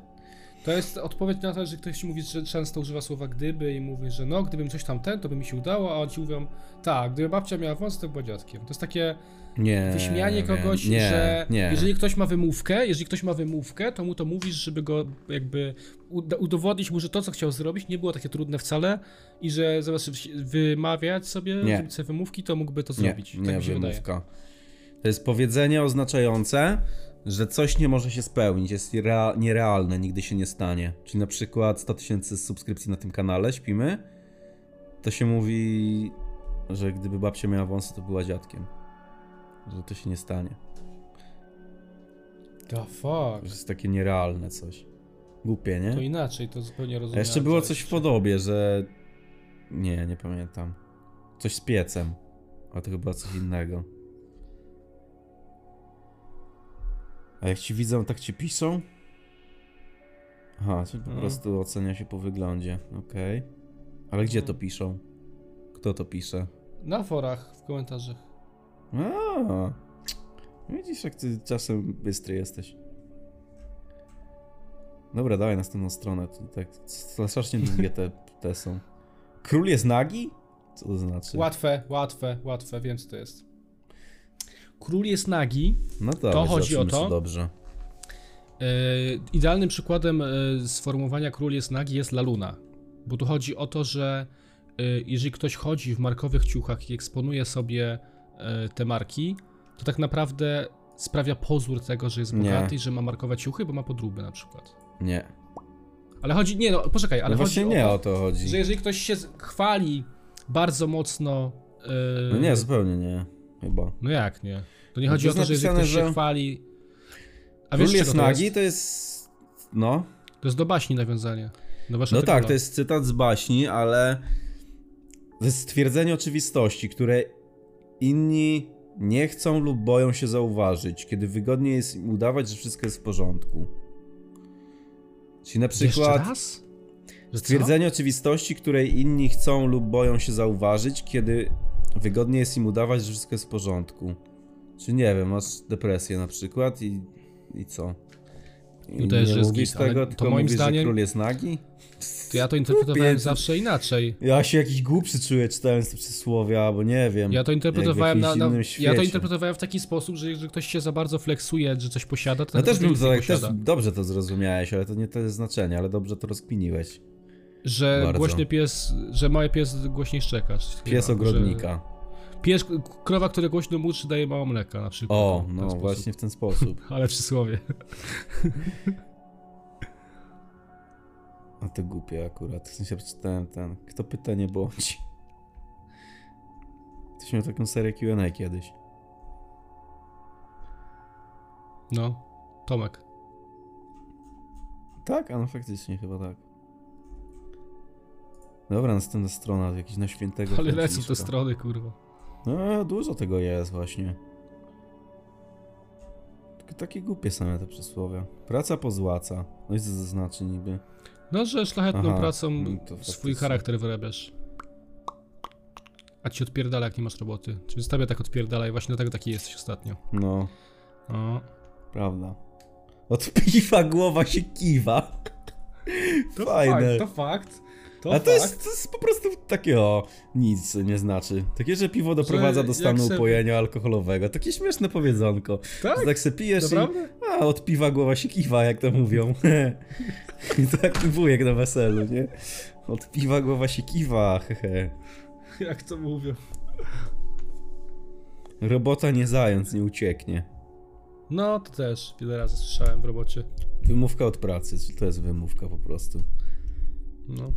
Speaker 2: To jest odpowiedź na to, że ktoś mówi, że często używa słowa gdyby i mówi, że no, gdybym coś tam ten, to by mi się udało, a oni ci mówią, tak, gdyby babcia miała wąs, to była dziadkiem. To jest takie
Speaker 1: Nie.
Speaker 2: wyśmianie
Speaker 1: wiem.
Speaker 2: kogoś,
Speaker 1: Eee, nie,
Speaker 2: że
Speaker 1: Nie.
Speaker 2: jeżeli ktoś ma wymówkę, jeżeli ktoś ma wymówkę, to mu to mówisz, żeby go jakby uda- udowodnić mu, że to, co chciał zrobić, nie było takie trudne wcale i że zamiast wy- wymawiać sobie,
Speaker 1: Nie.
Speaker 2: robić sobie wymówki, to mógłby to
Speaker 1: nie,
Speaker 2: zrobić.
Speaker 1: nie
Speaker 2: tak mi się wydaje.
Speaker 1: wymówka. To jest powiedzenie oznaczające, że coś nie może się spełnić, jest rea- nierealne, nigdy się nie stanie. Czyli na przykład 100 tysięcy subskrypcji na tym kanale, śpimy, to się mówi, że gdyby babcia miała wąsy, to była dziadkiem. Że to się nie stanie.
Speaker 2: The fuck.
Speaker 1: Że jest takie nierealne coś. Głupie, nie?
Speaker 2: To inaczej, to zupełnie
Speaker 1: A
Speaker 2: rozumiem.
Speaker 1: jeszcze było coś w podobie, że. Nie, nie pamiętam. Coś z piecem. A to chyba coś innego. A jak ci widzą, tak ci piszą? Aha, czyli po
Speaker 2: No.
Speaker 1: prostu ocenia się po wyglądzie. Okej. Ale gdzie to piszą? Kto to pisze?
Speaker 2: Na forach, w komentarzach.
Speaker 1: A, widzisz, jak ty czasem bystry jesteś. Dobra, dawaj następną stronę. To tak strasznie długie te, te są. Król jest nagi? Co to znaczy?
Speaker 2: Łatwe, łatwe, łatwe, wiem co to jest. Król jest nagi.
Speaker 1: No dawaj,
Speaker 2: chodzi o
Speaker 1: zobaczymy,
Speaker 2: to?
Speaker 1: czy Dobrze.
Speaker 2: E, idealnym przykładem e, sformułowania król jest nagi jest laluna. Bo tu chodzi o to, że e, jeżeli ktoś chodzi w markowych ciuchach i eksponuje sobie e, te marki, to tak naprawdę sprawia pozór tego, że jest
Speaker 1: Nie.
Speaker 2: bogaty i że ma markowe ciuchy, bo ma podróby na przykład.
Speaker 1: Nie.
Speaker 2: Ale chodzi, nie no, poczekaj, ale
Speaker 1: Ale no
Speaker 2: chodzi
Speaker 1: właśnie nie
Speaker 2: o to,
Speaker 1: o to chodzi.
Speaker 2: że jeżeli ktoś się z- chwali bardzo mocno... e,
Speaker 1: No nie, zupełnie nie. Chyba.
Speaker 2: No jak nie? To nie
Speaker 1: No
Speaker 2: chodzi
Speaker 1: to
Speaker 2: o to, że jeżeli
Speaker 1: napisane,
Speaker 2: ktoś się
Speaker 1: że-
Speaker 2: chwali. A
Speaker 1: Król
Speaker 2: wiesz, czego
Speaker 1: jest
Speaker 2: to
Speaker 1: nagi,
Speaker 2: jest?
Speaker 1: to jest... No.
Speaker 2: To jest do baśni nawiązanie. Do
Speaker 1: No
Speaker 2: waszego
Speaker 1: tak, to jest cytat z baśni, ale to jest stwierdzenie oczywistości, które inni nie chcą lub boją się zauważyć, kiedy wygodnie jest im udawać, że wszystko jest w porządku. Czyli na przykład
Speaker 2: Jeszcze raz? Że co?
Speaker 1: stwierdzenie oczywistości, której inni chcą lub boją się zauważyć, kiedy wygodnie jest im udawać, że wszystko jest w porządku. Czy nie wiem, masz depresję na przykład i, i co? I
Speaker 2: No to jest,
Speaker 1: nie
Speaker 2: że jest
Speaker 1: mówisz
Speaker 2: git, ale
Speaker 1: tego,
Speaker 2: to
Speaker 1: tylko
Speaker 2: moim
Speaker 1: mówisz,
Speaker 2: zdaniem-
Speaker 1: że król jest nagi?
Speaker 2: To ja to interpretowałem
Speaker 1: Kupiec.
Speaker 2: zawsze inaczej.
Speaker 1: Ja się jakiś głupszy czuję czytając te przysłowia, bo nie wiem.
Speaker 2: Ja to
Speaker 1: jak w
Speaker 2: interpretowałem na,
Speaker 1: jakimś
Speaker 2: na,
Speaker 1: innym
Speaker 2: Ja to
Speaker 1: świecie.
Speaker 2: interpretowałem w taki sposób, że jeżeli ktoś się za bardzo fleksuje, że coś posiada, to
Speaker 1: No
Speaker 2: tak
Speaker 1: też bym
Speaker 2: naprawdę
Speaker 1: to tak,
Speaker 2: nic nie
Speaker 1: też
Speaker 2: posiada.
Speaker 1: dobrze to zrozumiałeś, ale to nie to jest znaczenie, ale dobrze to rozkminiłeś.
Speaker 2: Że
Speaker 1: Bardzo.
Speaker 2: głośny pies, że mały pies głośniej szczeka. czy coś takiego,
Speaker 1: Pies ogrodnika.
Speaker 2: Że pies, krowa, która głośno muczy, daje mało mleka na przykład.
Speaker 1: O,
Speaker 2: W ten
Speaker 1: no
Speaker 2: sposób.
Speaker 1: właśnie w ten sposób.
Speaker 2: Ale przysłowie.
Speaker 1: A to głupie akurat. W sensie przeczytałem ten. Kto pytanie błądzi? Ktoś miał taką serię Q&A kiedyś.
Speaker 2: No, Tomek.
Speaker 1: Tak, a no faktycznie chyba tak. Dobra, następna strona, jakiś na świętego
Speaker 2: Ale lecą
Speaker 1: Franciszka.
Speaker 2: te strony, kurwa.
Speaker 1: No, dużo tego jest właśnie. Tylko takie głupie same te przysłowia. Praca pozłaca. No i co to znaczy niby?
Speaker 2: No, że szlachetną
Speaker 1: Aha,
Speaker 2: pracą
Speaker 1: no to
Speaker 2: swój
Speaker 1: faktycznie.
Speaker 2: charakter wyrabiasz. A ci odpierdala, jak nie masz roboty. Czyli stawia tak odpierdala i właśnie dlatego taki jesteś ostatnio.
Speaker 1: No,
Speaker 2: O.
Speaker 1: prawda. Od piwa głowa się kiwa. [laughs] Fajne.
Speaker 2: fakt. To
Speaker 1: A to jest,
Speaker 2: fakt.
Speaker 1: to jest po prostu takie o, nic nie znaczy. Takie, że piwo doprowadza do
Speaker 2: jak
Speaker 1: stanu
Speaker 2: se-
Speaker 1: upojenia alkoholowego. Takie śmieszne powiedzonko.
Speaker 2: Tak?
Speaker 1: Tak, tak se pijesz i
Speaker 2: Naprawdę? [laughs]
Speaker 1: a, od piwa głowa się kiwa, jak to mówią. [laughs] I tak wujek na weselu, nie? Od piwa głowa się kiwa, hehe.
Speaker 2: Jak to mówią.
Speaker 1: Robota nie zając, nie ucieknie.
Speaker 2: No, to też wiele razy słyszałem w robocie.
Speaker 1: Wymówka od pracy, czyli to jest wymówka po prostu.
Speaker 2: No.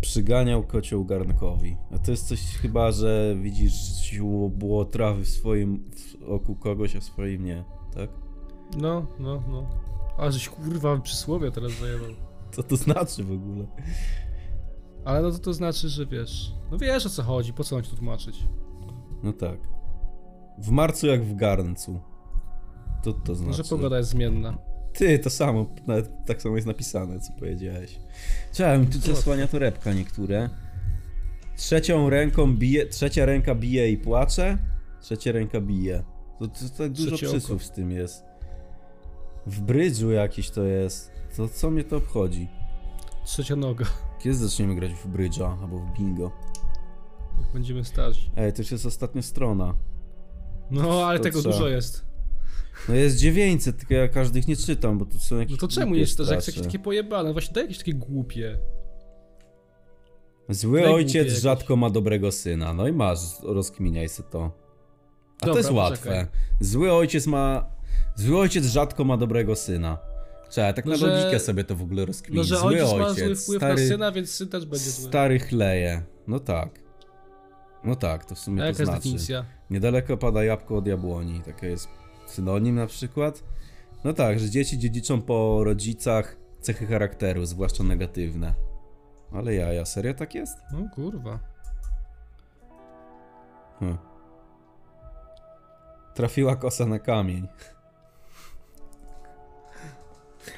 Speaker 1: Przyganiał kocioł garnkowi. A to jest coś chyba, że widzisz siło było trawy w swoim w oku kogoś, a w swoim nie, tak?
Speaker 2: No, no, no. A żeś kurwa przysłowie teraz zajebał.
Speaker 1: Co to znaczy w ogóle?
Speaker 2: Ale no to, to znaczy, że wiesz. No wiesz o co chodzi, po co mam ci to tłumaczyć?
Speaker 1: No tak. W marcu jak w garncu. To to znaczy.
Speaker 2: Że pogoda jest zmienna.
Speaker 1: Ty, to samo, nawet tak samo jest napisane, co powiedziałeś. Chciałem, tu zasłania torebka niektóre. Trzecią ręką bije, trzecia ręka bije i płacze, trzecia ręka bije. To, to, tak dużo
Speaker 2: Trzecie oko.
Speaker 1: przysłów z tym jest. W brydżu jakiś to jest. To co mnie to obchodzi?
Speaker 2: Trzecia noga. [laughs]
Speaker 1: Kiedy zaczniemy grać w brydża albo w bingo?
Speaker 2: Jak będziemy starzy.
Speaker 1: Ej, to już jest ostatnia strona.
Speaker 2: No, ale
Speaker 1: To
Speaker 2: tego
Speaker 1: co?
Speaker 2: dużo jest.
Speaker 1: No jest 900, tylko ja każdych nie czytam, bo tu są jakieś
Speaker 2: No to czemu
Speaker 1: głupie
Speaker 2: jest to, że jakieś
Speaker 1: strasze.
Speaker 2: takie pojebane? Właśnie daj jakieś takie głupie.
Speaker 1: Zły
Speaker 2: Najgłupie
Speaker 1: ojciec
Speaker 2: jakoś.
Speaker 1: rzadko ma dobrego syna. No i masz, rozkminiaj se to. A to
Speaker 2: Dobra,
Speaker 1: jest łatwe.
Speaker 2: poczekaj.
Speaker 1: Zły ojciec ma. Zły ojciec rzadko ma dobrego syna. Czekaj, tak
Speaker 2: No,
Speaker 1: na
Speaker 2: że-
Speaker 1: logikę sobie to w ogóle rozkminić.
Speaker 2: No, że
Speaker 1: zły
Speaker 2: ojciec
Speaker 1: ojciec,
Speaker 2: ma zły wpływ
Speaker 1: stary,
Speaker 2: na syna, więc syn też będzie zły.
Speaker 1: stary chleje. No tak. No tak, to w sumie
Speaker 2: A
Speaker 1: to
Speaker 2: jaka jest
Speaker 1: znaczy.
Speaker 2: definicja?
Speaker 1: Niedaleko pada jabłko od jabłoni. Takie jest synonim na przykład. No tak, że dzieci dziedziczą po rodzicach cechy charakteru, zwłaszcza negatywne. Ale ja, ja serio tak jest?
Speaker 2: No kurwa.
Speaker 1: Hmm. Trafiła kosa na kamień.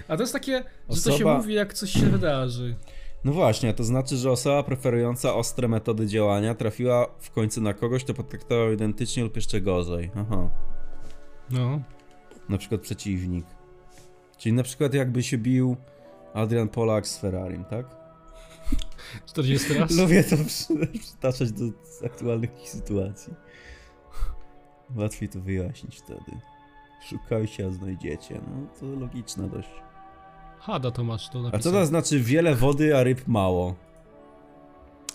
Speaker 2: A to jest takie, że to się
Speaker 1: Osoba-
Speaker 2: mówi jak coś się wydarzy.
Speaker 1: No właśnie, to znaczy, że osoba preferująca ostre metody działania trafiła w końcu na kogoś, kto potraktował identycznie lub jeszcze gorzej. Aha.
Speaker 2: No.
Speaker 1: Na przykład przeciwnik. Czyli na przykład jakby się bił Adrian Polak z Ferrarim, tak?
Speaker 2: 40 raz?
Speaker 1: Lubię to przy- przytaczać do aktualnych sytuacji. Łatwiej to wyjaśnić wtedy. Szukajcie, a znajdziecie. No to logiczne dość.
Speaker 2: Hada Tomasz to
Speaker 1: A co
Speaker 2: napisał.
Speaker 1: to znaczy wiele wody, a ryb mało?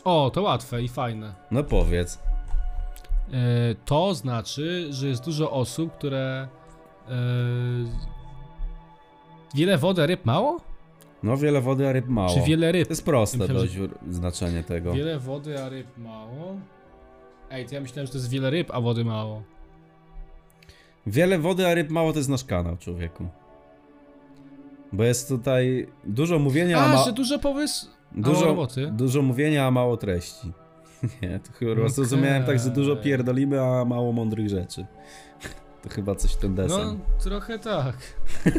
Speaker 2: O, to łatwe i fajne.
Speaker 1: No powiedz.
Speaker 2: E, To znaczy, że jest dużo osób, które... e, Wiele wody, a ryb mało?
Speaker 1: No wiele wody, a ryb mało.
Speaker 2: Czy wiele ryb?
Speaker 1: To jest proste
Speaker 2: Myślałem,
Speaker 1: dość znaczenie tego.
Speaker 2: Wiele wody, a ryb mało? Ej, to ja myślałem, że to jest wiele ryb, a wody mało.
Speaker 1: Wiele wody, a ryb mało to jest nasz kanał, człowieku. Bo jest tutaj dużo mówienia, a,
Speaker 2: A,
Speaker 1: ma...
Speaker 2: że dużo pomysł... mało
Speaker 1: dużo,
Speaker 2: roboty.
Speaker 1: dużo mówienia, a mało treści. [laughs] Nie, to chyba
Speaker 2: Okej.
Speaker 1: zrozumiałem tak, że dużo pierdolimy, a mało mądrych rzeczy. [laughs] To chyba coś w ten
Speaker 2: No,
Speaker 1: desen.
Speaker 2: trochę tak.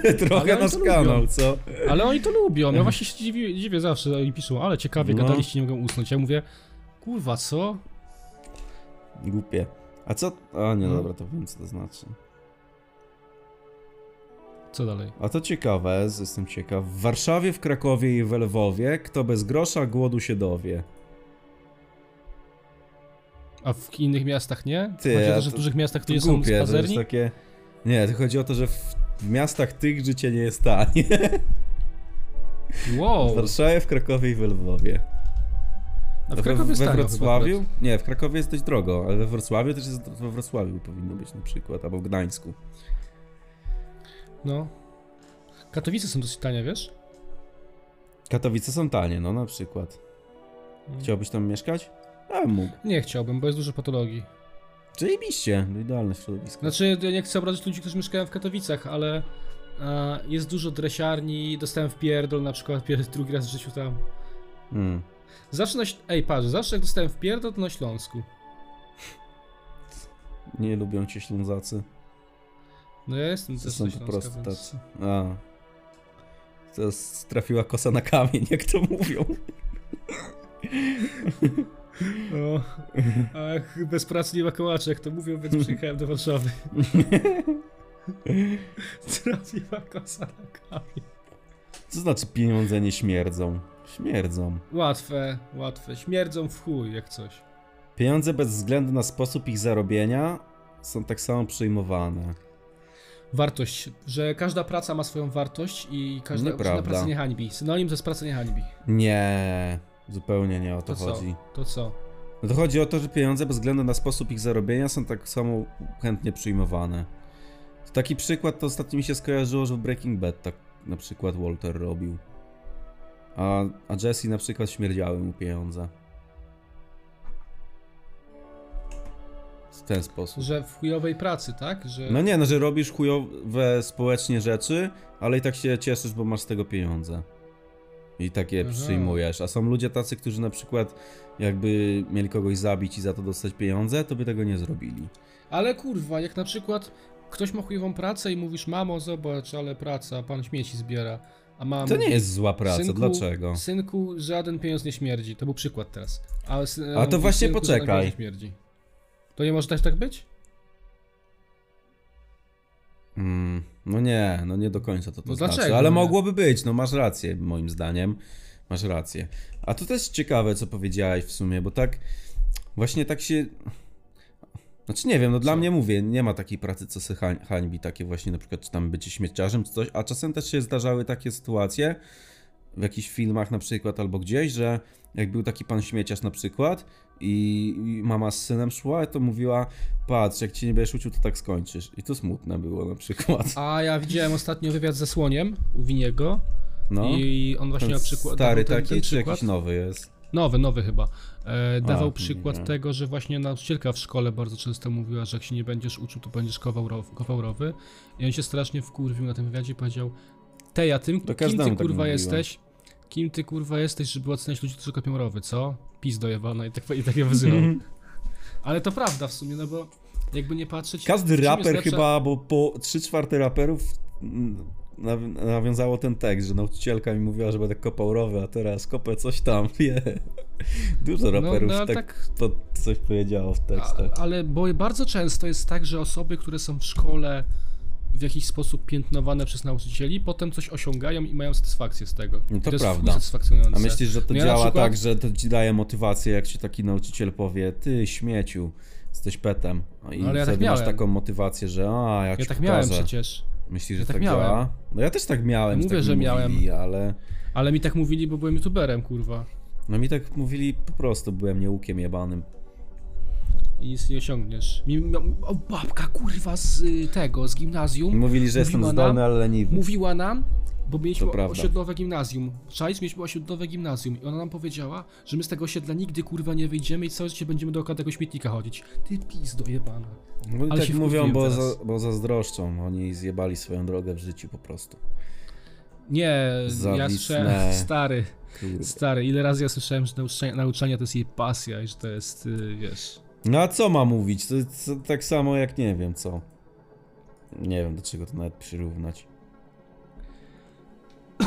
Speaker 2: ale
Speaker 1: [laughs] Trochę
Speaker 2: oni
Speaker 1: nasz
Speaker 2: to lubią.
Speaker 1: kanał, co?
Speaker 2: Ale oni to
Speaker 1: [laughs]
Speaker 2: lubią. Ja właśnie się dziwię, dziwię zawsze, oni piszą, ale ciekawie,
Speaker 1: No.
Speaker 2: gadaliście, nie mogą usnąć. Ja mówię, kurwa, co?
Speaker 1: Głupie. A co? A nie,
Speaker 2: No.
Speaker 1: dobra, to wiem co to znaczy.
Speaker 2: Co dalej?
Speaker 1: A to ciekawe, z- jestem ciekaw. W Warszawie, w Krakowie i w Lwowie, kto bez grosza głodu się dowie.
Speaker 2: A w innych miastach nie?
Speaker 1: Ty,
Speaker 2: Chodzi o
Speaker 1: a
Speaker 2: to, że w
Speaker 1: to-
Speaker 2: dużych miastach to
Speaker 1: To
Speaker 2: nie są
Speaker 1: głupie, to jest tak-
Speaker 2: spacerni?
Speaker 1: takie... Nie, to chodzi o to, że w, w miastach tych życie nie jest tanie. [laughs] W
Speaker 2: Wow,
Speaker 1: Warszawie, w Krakowie i w Lwowie.
Speaker 2: a
Speaker 1: We-
Speaker 2: w Krakowie
Speaker 1: we
Speaker 2: stają chyba tak.
Speaker 1: Wrocławiu?
Speaker 2: akurat.
Speaker 1: Nie, w Krakowie jest dość drogo, ale we Wrocławiu też jest, we Wrocławiu powinno być na przykład, albo w Gdańsku.
Speaker 2: No. Katowice są dosyć tanie, wiesz?
Speaker 1: Katowice są tanie, no na przykład.
Speaker 2: Mm.
Speaker 1: Chciałbyś tam mieszkać? Ja bym mógł.
Speaker 2: Nie chciałbym, bo jest dużo patologii.
Speaker 1: Zajebiście, no idealne środowisko.
Speaker 2: Znaczy, ja nie chcę obrazić ludzi, którzy mieszkają w Katowicach, ale e, jest dużo dresiarni, dostałem w pierdol na przykład [laughs] pier- drugi raz w życiu tam.
Speaker 1: Mm.
Speaker 2: Zawsze na... Śl- Ej, patrz, zawsze jak dostałem w pierdol, to na Śląsku.
Speaker 1: Nie lubią cię Ślązacy.
Speaker 2: No ja jestem
Speaker 1: To
Speaker 2: też
Speaker 1: są
Speaker 2: na
Speaker 1: po
Speaker 2: Śląska,
Speaker 1: prostu
Speaker 2: więc...
Speaker 1: tacy. A. To s- trafiła kosa na kamień, [laughs] jak to mówią.
Speaker 2: No, ach, bez pracy nie ma kołaczy, jak to mówią, więc przyjechałem do Warszawy. Trafiła kosa na kamień.
Speaker 1: Co znaczy pieniądze nie śmierdzą? Śmierdzą.
Speaker 2: Łatwe, łatwe. Śmierdzą w chuj, jak coś.
Speaker 1: Pieniądze bez względu na sposób ich zarobienia są tak samo przyjmowane.
Speaker 2: Wartość, że każda praca ma swoją wartość i każda,
Speaker 1: Nieprawda.
Speaker 2: żadna praca nie hańbi. Synonim to jest praca nie hańbi.
Speaker 1: Nie, zupełnie nie o to,
Speaker 2: To co?
Speaker 1: chodzi.
Speaker 2: To co?
Speaker 1: No to chodzi o to, że pieniądze bez względu na sposób ich zarobienia są tak samo chętnie przyjmowane. To taki przykład to ostatnio mi się skojarzyło, że w Breaking Bad tak na przykład Walter robił. A, a Jesse na przykład śmierdziały mu pieniądze. W ten sposób.
Speaker 2: Że w chujowej pracy, tak? Że...
Speaker 1: No nie, no że robisz chujowe społecznie rzeczy, ale i tak się cieszysz, bo masz z tego pieniądze. I takie
Speaker 2: Aha.
Speaker 1: przyjmujesz. A są ludzie tacy, którzy na przykład jakby mieli kogoś zabić i za to dostać pieniądze, to by tego nie zrobili.
Speaker 2: Ale kurwa, jak na przykład ktoś ma chujową pracę i mówisz, mamo, zobacz, ale praca, pan śmieci zbiera. A mama
Speaker 1: To nie
Speaker 2: mówi,
Speaker 1: jest zła praca,
Speaker 2: synku,
Speaker 1: dlaczego?
Speaker 2: Synku, żaden pieniądz nie śmierdzi. To był przykład teraz. A, syn,
Speaker 1: A to
Speaker 2: mówi,
Speaker 1: właśnie
Speaker 2: synku,
Speaker 1: poczekaj.
Speaker 2: żaden pieniądz nie śmierdzi. To nie może też tak być?
Speaker 1: Mm, no nie, no nie do końca to to
Speaker 2: No
Speaker 1: znaczy,
Speaker 2: dlaczego
Speaker 1: ale
Speaker 2: nie?
Speaker 1: mogłoby być, no masz rację, moim zdaniem. Masz rację. A to też ciekawe, co powiedziałeś w sumie, bo tak właśnie tak się. Znaczy nie wiem, no dla mnie mówię, nie ma takiej pracy, co se hań- hańbi, takie właśnie na przykład, czy tam bycie śmieciarzem, czy coś, a czasem też się zdarzały takie sytuacje w jakichś filmach na przykład albo gdzieś, że jak był taki pan śmieciarz na przykład i i mama z synem szła, to mówiła, patrz, jak cię nie będziesz uczył, to tak skończysz. I to smutne było na przykład.
Speaker 2: A ja widziałem ostatnio wywiad ze Słoniem u Winiego
Speaker 1: No.
Speaker 2: i on właśnie
Speaker 1: Ten
Speaker 2: miał przykład.
Speaker 1: Stary
Speaker 2: dawał ten-
Speaker 1: taki,
Speaker 2: ten
Speaker 1: czy
Speaker 2: przykład.
Speaker 1: jakiś nowy jest?
Speaker 2: Nowy, nowy chyba. E, dawał
Speaker 1: nie
Speaker 2: przykład
Speaker 1: wiem.
Speaker 2: tego, że właśnie nauczycielka w szkole bardzo często mówiła, że jak się nie będziesz uczył, to będziesz kowałrow- kowałrowy. I on się strasznie wkurwił na tym wywiadzie i powiedział: Teja, tym,
Speaker 1: To
Speaker 2: kim
Speaker 1: każdemu
Speaker 2: ty
Speaker 1: tak
Speaker 2: kurwa
Speaker 1: mówiła.
Speaker 2: jesteś? Kim ty kurwa jesteś, żeby oceniać ludzi, którzy kopią rowy, co? Pis dojebana i tak, i tak je wyzywał.
Speaker 1: [laughs]
Speaker 2: Ale to prawda w sumie, no bo jakby nie patrzeć.
Speaker 1: Każdy
Speaker 2: czym jest
Speaker 1: raper
Speaker 2: lepsza-
Speaker 1: chyba, bo po 3 czwarte raperów mm, naw- nawiązało ten tekst, że nauczycielka mi mówiła, że będę kopał rowy, a teraz kopę coś tam, [laughs] wie. Dużo
Speaker 2: No,
Speaker 1: raperów
Speaker 2: no,
Speaker 1: tak,
Speaker 2: tak-
Speaker 1: to coś powiedziało w tekstach.
Speaker 2: A, ale bo bardzo często jest tak, że osoby, które są w szkole w jakiś sposób piętnowane przez nauczycieli, potem coś osiągają i mają satysfakcję z tego.
Speaker 1: No to
Speaker 2: I jest
Speaker 1: prawda.
Speaker 2: chuj satysfakcjonujące.
Speaker 1: A myślisz, że to
Speaker 2: No ja na
Speaker 1: działa
Speaker 2: przykład-
Speaker 1: tak, że to ci daje motywację, jak ci taki nauczyciel powie, ty śmieciu, jesteś petem. No I
Speaker 2: No, ale ja tak
Speaker 1: wtedy masz
Speaker 2: miałem.
Speaker 1: taką motywację, że a, jak
Speaker 2: Ja
Speaker 1: ci
Speaker 2: tak
Speaker 1: pokażę.
Speaker 2: miałem przecież.
Speaker 1: Myślisz, że
Speaker 2: Ja tak
Speaker 1: tak,
Speaker 2: miałem.
Speaker 1: działa? No ja też tak miałem.
Speaker 2: Mówię,
Speaker 1: tak
Speaker 2: że
Speaker 1: mi
Speaker 2: miałem.
Speaker 1: Mówili, ale...
Speaker 2: Ale mi tak mówili, bo byłem youtuberem, kurwa.
Speaker 1: No mi tak mówili po prostu, byłem nieukiem jebanym.
Speaker 2: I nic nie osiągniesz. Mi, o, babka, kurwa, z y, tego, z gimnazjum.
Speaker 1: Mówili, że jestem
Speaker 2: Mówiła
Speaker 1: zdolny,
Speaker 2: nam-
Speaker 1: ale leniwy.
Speaker 2: mówiła nam, bo mieliśmy
Speaker 1: To prawda.
Speaker 2: osiedlowe gimnazjum. Czaić, mieliśmy osiedlowe gimnazjum i ona nam powiedziała, że my z tego osiedla nigdy kurwa nie wyjdziemy i całe życie będziemy dookoła tego śmietnika chodzić. Ty pizdo jebana.
Speaker 1: No i
Speaker 2: ale
Speaker 1: tak
Speaker 2: się
Speaker 1: mówią,
Speaker 2: wkurwiłem
Speaker 1: bo,
Speaker 2: teraz.
Speaker 1: za, bo zazdroszczą. Oni zjebali swoją drogę w życiu po prostu.
Speaker 2: Nie, ja
Speaker 1: Zawistne.
Speaker 2: słyszałem, stary,
Speaker 1: Kurde.
Speaker 2: stary, ile razy ja słyszałem, że nauczanie, nauczanie to jest jej pasja i że to jest, y, wiesz...
Speaker 1: No a co ma mówić? To, to tak samo jak nie wiem co. Nie wiem do czego to nawet przyrównać. A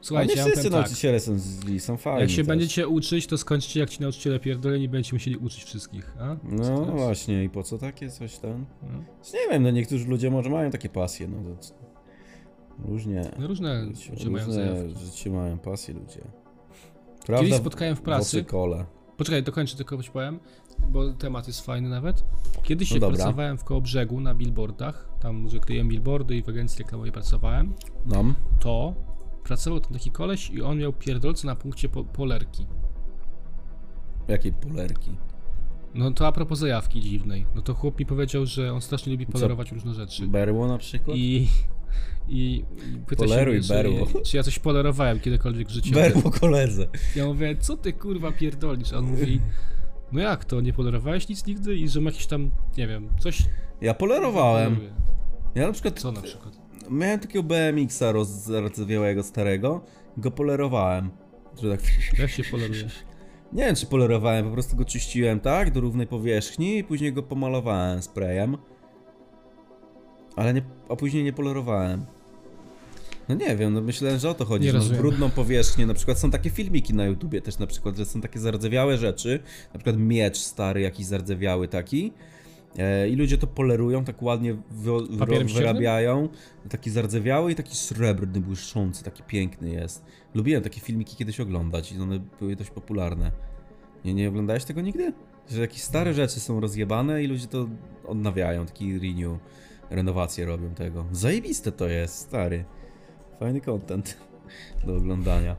Speaker 2: Słuchajcie,
Speaker 1: nie
Speaker 2: ja
Speaker 1: wszyscy
Speaker 2: powiem tak,
Speaker 1: nauczyciele są źli, są fajni.
Speaker 2: jak się
Speaker 1: też.
Speaker 2: będziecie uczyć, to skończcie jak ci nauczyciele pierdoleni i będziecie musieli uczyć wszystkich, a?
Speaker 1: No
Speaker 2: Co to jest?
Speaker 1: właśnie, i po co takie coś tam?
Speaker 2: No.
Speaker 1: Znaczy, Nie wiem, no niektórzy ludzie może mają takie pasje, no to... Różnie.
Speaker 2: No różne ludzie
Speaker 1: Różne
Speaker 2: mają zajawki.
Speaker 1: życie mają pasję ludzie.
Speaker 2: Kiedyś spotkałem w pracy-
Speaker 1: włosy kole.
Speaker 2: Poczekaj, dokończę tylko coś powiem, bo temat jest fajny nawet. Kiedyś
Speaker 1: No
Speaker 2: jak
Speaker 1: dobra.
Speaker 2: pracowałem w Kołobrzegu na billboardach, tam, że kryłem billboardy i w agencji reklamowej pracowałem,
Speaker 1: Nam?
Speaker 2: to pracował tam taki koleś i on miał pierdolce na punkcie po polerki.
Speaker 1: Jakiej polerki?
Speaker 2: No to a propos zajawki dziwnej, no to chłop mi powiedział, że on strasznie lubi polerować różne rzeczy.
Speaker 1: Berło na przykład?
Speaker 2: I... I i pyta
Speaker 1: Poleruj,
Speaker 2: się, mnie,
Speaker 1: berło.
Speaker 2: czy, czy ja coś polerowałem kiedykolwiek w życiu.
Speaker 1: Berło koledze.
Speaker 2: Ja mówię, co ty kurwa pierdolisz? A on mówi, no jak to, nie polerowałeś nic nigdy? I że ma jakiś tam, nie wiem, coś
Speaker 1: Ja polerowałem.
Speaker 2: Mówię,
Speaker 1: Ja na przykład
Speaker 2: Co na przykład?
Speaker 1: miałem takiego BMX-a rozrdzewiałego starego, go polerowałem. Że tak... [laughs]
Speaker 2: Jak się poleruje?
Speaker 1: Nie wiem czy polerowałem, po prostu go czyściłem tak, do równej powierzchni i później go pomalowałem sprayem. Ale nie, a później nie polerowałem. No nie wiem, no myślałem, że o to chodzi,
Speaker 2: Nie
Speaker 1: że masz
Speaker 2: rozumiem.
Speaker 1: brudną powierzchnię, na przykład są takie filmiki na YouTubie też na przykład, że są takie zardzewiałe rzeczy, na przykład miecz stary jakiś zardzewiały taki E, I ludzie to polerują, tak ładnie wy, wy,
Speaker 2: Papierem ściernym?
Speaker 1: wyrabiają. Taki zardzewiały i taki srebrny, błyszczący, taki piękny jest. Lubiłem takie filmiki kiedyś oglądać i one były dość popularne. Nie, nie oglądałeś tego nigdy? Że jakieś stare rzeczy są rozjebane i ludzie to odnawiają, taki renew, renowacje robią tego. Zajebiste to jest, stary. Fajny content do oglądania.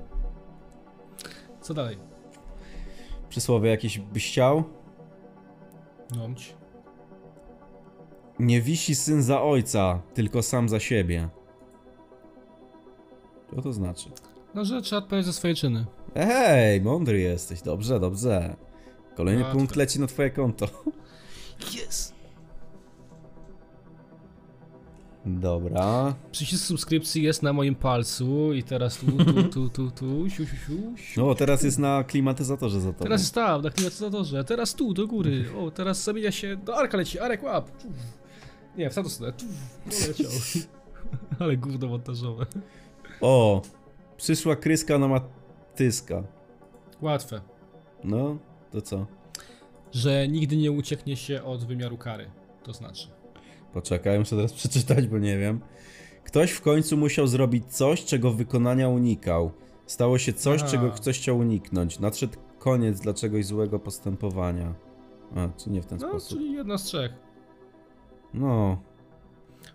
Speaker 2: Co dalej?
Speaker 1: Przysłowie jakieś byś chciał?
Speaker 2: No, mć.
Speaker 1: Nie wisi syn za ojca, tylko sam za siebie. Co to znaczy?
Speaker 2: no że trzeba odpowiedzieć za swoje czyny.
Speaker 1: Ej, mądry jesteś, dobrze, dobrze. Kolejny
Speaker 2: No,
Speaker 1: punkt
Speaker 2: to-
Speaker 1: leci na twoje konto.
Speaker 2: Yes!
Speaker 1: Dobra.
Speaker 2: Przycisk subskrypcji jest na moim palcu i teraz tu, tu, tu, tu, tu, siu, siu, siu, siu.
Speaker 1: No, teraz jest na klimatyzatorze za to.
Speaker 2: Teraz jest tam, na klimatyzatorze, teraz tu, do góry, o, teraz zamienia się, do Arka leci, Arek łap! Tu. Nie, w tamtą stronę, tu, no leciał.
Speaker 1: [laughs]
Speaker 2: Ale gówno montażowe.
Speaker 1: O, przyszła kryska na matyska.
Speaker 2: Łatwe,
Speaker 1: No, to co?
Speaker 2: że nigdy nie ucieknie się od wymiaru kary, to znaczy.
Speaker 1: Poczekaj, muszę teraz [laughs] przeczytać, bo nie wiem. Ktoś w końcu musiał zrobić coś, czego wykonania unikał. Stało się coś,
Speaker 2: A.
Speaker 1: czego ktoś chciał uniknąć. Nadszedł koniec dla czegoś złego postępowania. A, czy nie w ten
Speaker 2: No,
Speaker 1: sposób?
Speaker 2: czyli jedna z trzech.
Speaker 1: No,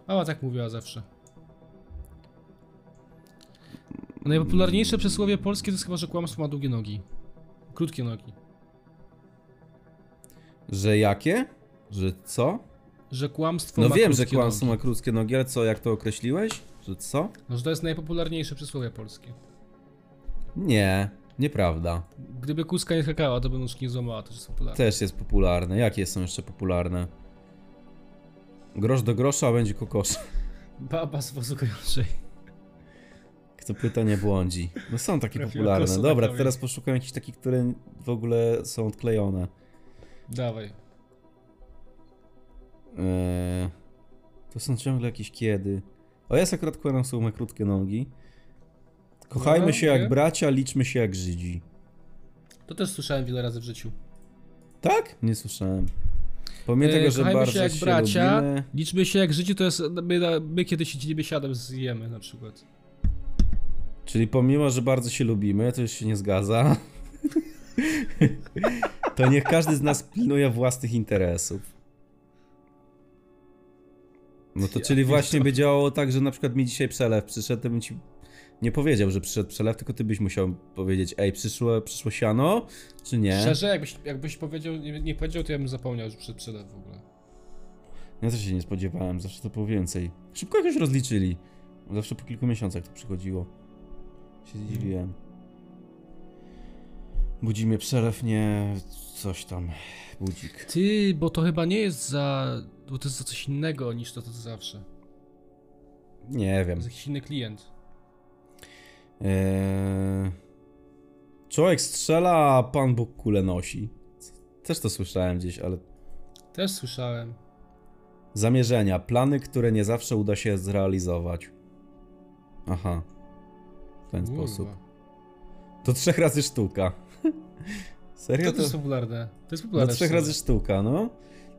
Speaker 2: Mama tak mówiła zawsze. Najpopularniejsze przysłowie polskie to jest chyba, że kłamstwo ma długie nogi. Krótkie nogi.
Speaker 1: że jakie? Że co?
Speaker 2: Że kłamstwo
Speaker 1: No
Speaker 2: ma
Speaker 1: wiem, że
Speaker 2: krótkie
Speaker 1: kłamstwo
Speaker 2: nogi.
Speaker 1: ma krótkie nogi, ale co, jak to określiłeś? Że co?
Speaker 2: No, że to jest najpopularniejsze przysłowie polskie.
Speaker 1: Nie, nieprawda.
Speaker 2: Gdyby kuska nie skakała, to by nóżki nie złamała, to jest popularne.
Speaker 1: Też jest popularne. Jakie są jeszcze popularne? Grosz do grosza, a będzie kokosza.
Speaker 2: Baba z wozu kojącej.
Speaker 1: Kto pyta, nie błądzi. No są takie
Speaker 2: Trafiła
Speaker 1: popularne.
Speaker 2: kosa na
Speaker 1: Dobra,
Speaker 2: kamień.
Speaker 1: teraz poszukam jakichś takich, które w ogóle są odklejone.
Speaker 2: Dawaj.
Speaker 1: Eee, to są ciągle jakieś kiedy. O, jest akurat kłębą są ma krótkie nogi. Kochajmy
Speaker 2: No,
Speaker 1: się jak
Speaker 2: okej.
Speaker 1: bracia, liczmy się jak Żydzi.
Speaker 2: To też słyszałem wiele razy w życiu.
Speaker 1: Tak? Nie słyszałem. Pomimo
Speaker 2: E,
Speaker 1: tego, że
Speaker 2: kochajmy
Speaker 1: bardzo
Speaker 2: się jak
Speaker 1: się
Speaker 2: bracia,
Speaker 1: lubimy...
Speaker 2: liczmy się jak życie, to jest. My, my kiedy się dzielimy siadem, zjemy na przykład.
Speaker 1: Czyli pomimo, że bardzo się lubimy, to już się nie zgadza. [laughs] to niech każdy z nas pilnuje własnych interesów. No to
Speaker 2: Ja
Speaker 1: czyli właśnie
Speaker 2: pierdolę.
Speaker 1: by działało tak, że na przykład mi dzisiaj przelew przyszedł, to bym ci nie powiedział, że przyszedł przelew, tylko ty byś musiał powiedzieć, ej, przyszło, przyszło siano, czy nie?
Speaker 2: Szczerze, jakbyś, jakbyś powiedział, nie, nie powiedział, to ja bym zapomniał już przed przelew w ogóle.
Speaker 1: Ja też się nie spodziewałem, zawsze to było więcej. Szybko jakoś rozliczyli. Zawsze po kilku miesiącach to przychodziło. Się zdziwiłem. Budzi mnie przelew, nie... coś tam. Budzik.
Speaker 2: Ty, bo to chyba nie jest za. Bo to jest za coś innego niż to, co zawsze.
Speaker 1: Nie
Speaker 2: To
Speaker 1: wiem.
Speaker 2: jest jakiś inny klient.
Speaker 1: Eee... Człowiek strzela, a Pan Bóg kulę nosi. Też to słyszałem gdzieś, ale...
Speaker 2: Też słyszałem.
Speaker 1: Zamierzenia, plany, które nie zawsze uda się zrealizować. Aha. W ten
Speaker 2: Kurwa.
Speaker 1: sposób. To trzech razy sztuka. [laughs] Serio?
Speaker 2: To też jest popularne. To jest
Speaker 1: No
Speaker 2: popularne.
Speaker 1: trzech
Speaker 2: w sumie.
Speaker 1: razy sztuka, no.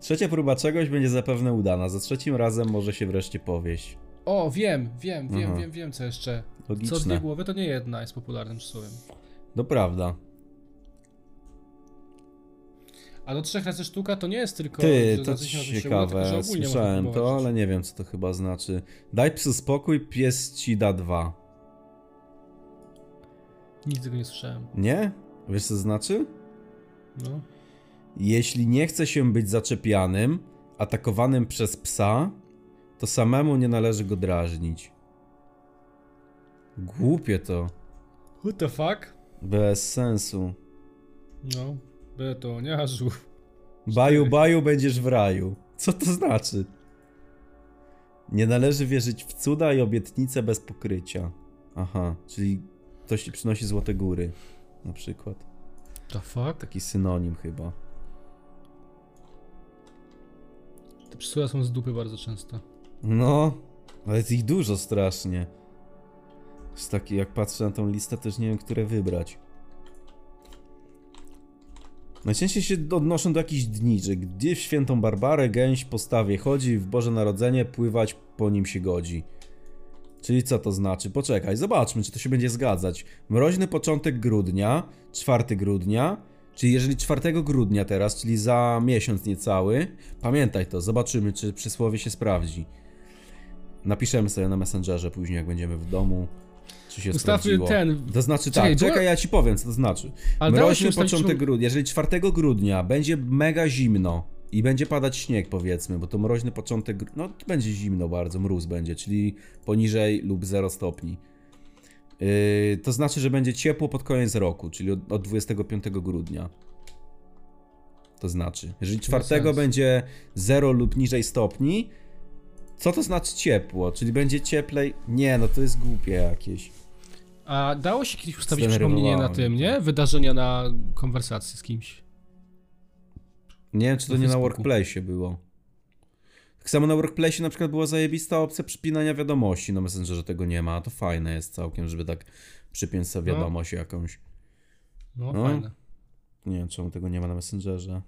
Speaker 1: Trzecia próba czegoś będzie zapewne udana. Za trzecim razem może się wreszcie powieść.
Speaker 2: O, wiem, wiem, wiem,
Speaker 1: Aha.
Speaker 2: wiem, wiem, co jeszcze. Co dwie
Speaker 1: Logiczne.
Speaker 2: głowy, to nie jedna jest popularnym przysłowiem.
Speaker 1: To prawda.
Speaker 2: A do trzech razy sztuka to nie jest tylko.
Speaker 1: Ty,
Speaker 2: że
Speaker 1: to
Speaker 2: za coś razy się uda, tylko że
Speaker 1: ciekawe.
Speaker 2: ogólnie można
Speaker 1: Słyszałem to,
Speaker 2: próbować.
Speaker 1: ale nie wiem, co to chyba znaczy. Daj psu spokój, pies ci da dwa.
Speaker 2: Nigdy tego nie słyszałem.
Speaker 1: Nie? Wiesz, co znaczy?
Speaker 2: No.
Speaker 1: Jeśli nie chce się być zaczepianym, atakowanym przez psa, to samemu nie należy go drażnić. Głupie to.
Speaker 2: What the fuck?
Speaker 1: Bez sensu.
Speaker 2: No. Betoniarzu.
Speaker 1: Baju, baju, będziesz w raju. Co to znaczy? Nie należy wierzyć w cuda i obietnice bez pokrycia. Aha, czyli ktoś ci przynosi złote góry. Na przykład.
Speaker 2: The fuck?
Speaker 1: Taki synonim chyba.
Speaker 2: Te przysłowa są z dupy bardzo często.
Speaker 1: No, ale jest ich dużo strasznie. Z takiej, jak patrzę na tą listę, też nie wiem, które wybrać. Najczęściej się odnoszą do jakichś dni, że gdzie w świętą Barbarę gęś po stawie chodzi, w Boże Narodzenie pływać po nim się godzi. Czyli co to znaczy? Poczekaj, zobaczmy, czy to się będzie zgadzać. Mroźny początek grudnia, 4 grudnia, czyli jeżeli 4 grudnia teraz, czyli za miesiąc niecały, pamiętaj to, zobaczymy, czy przysłowie się sprawdzi. Napiszemy sobie na Messengerze później, jak będziemy w domu, czy się
Speaker 2: Ustawmy
Speaker 1: sprawdziło.
Speaker 2: ten-
Speaker 1: To znaczy
Speaker 2: Czekaj,
Speaker 1: tak,
Speaker 2: była-
Speaker 1: czekaj, ja ci powiem, co to znaczy.
Speaker 2: Ale dało się
Speaker 1: Mroźny
Speaker 2: ustawić,
Speaker 1: początek
Speaker 2: żeby-
Speaker 1: grudnia. Jeżeli 4 grudnia będzie mega zimno i będzie padać śnieg, powiedzmy, bo to mroźny początek, gr- no będzie zimno bardzo, mróz będzie, czyli poniżej lub 0 stopni. Yy, to znaczy, że będzie ciepło pod koniec roku, czyli od, od 25 grudnia. To znaczy, jeżeli 4
Speaker 2: sens.
Speaker 1: będzie 0 lub niżej stopni, co to znaczy ciepło? Czyli będzie cieplej? Nie, no to jest głupie jakieś.
Speaker 2: A dało się kiedyś ustawić
Speaker 1: Zdenerwowałem.
Speaker 2: przypomnienie na tym, nie? Wydarzenia na konwersacji z kimś.
Speaker 1: Nie wiem, czy to
Speaker 2: Na
Speaker 1: nie na
Speaker 2: Facebooku.
Speaker 1: Workplace było. Tak samo na Workplace na przykład była zajebista opcja przypinania wiadomości. Na Messengerze tego nie ma, a to fajne jest całkiem, żeby tak przypiąć sobie
Speaker 2: No.
Speaker 1: wiadomość jakąś.
Speaker 2: No,
Speaker 1: No.
Speaker 2: fajne.
Speaker 1: Nie wiem, czemu tego nie ma na Messengerze.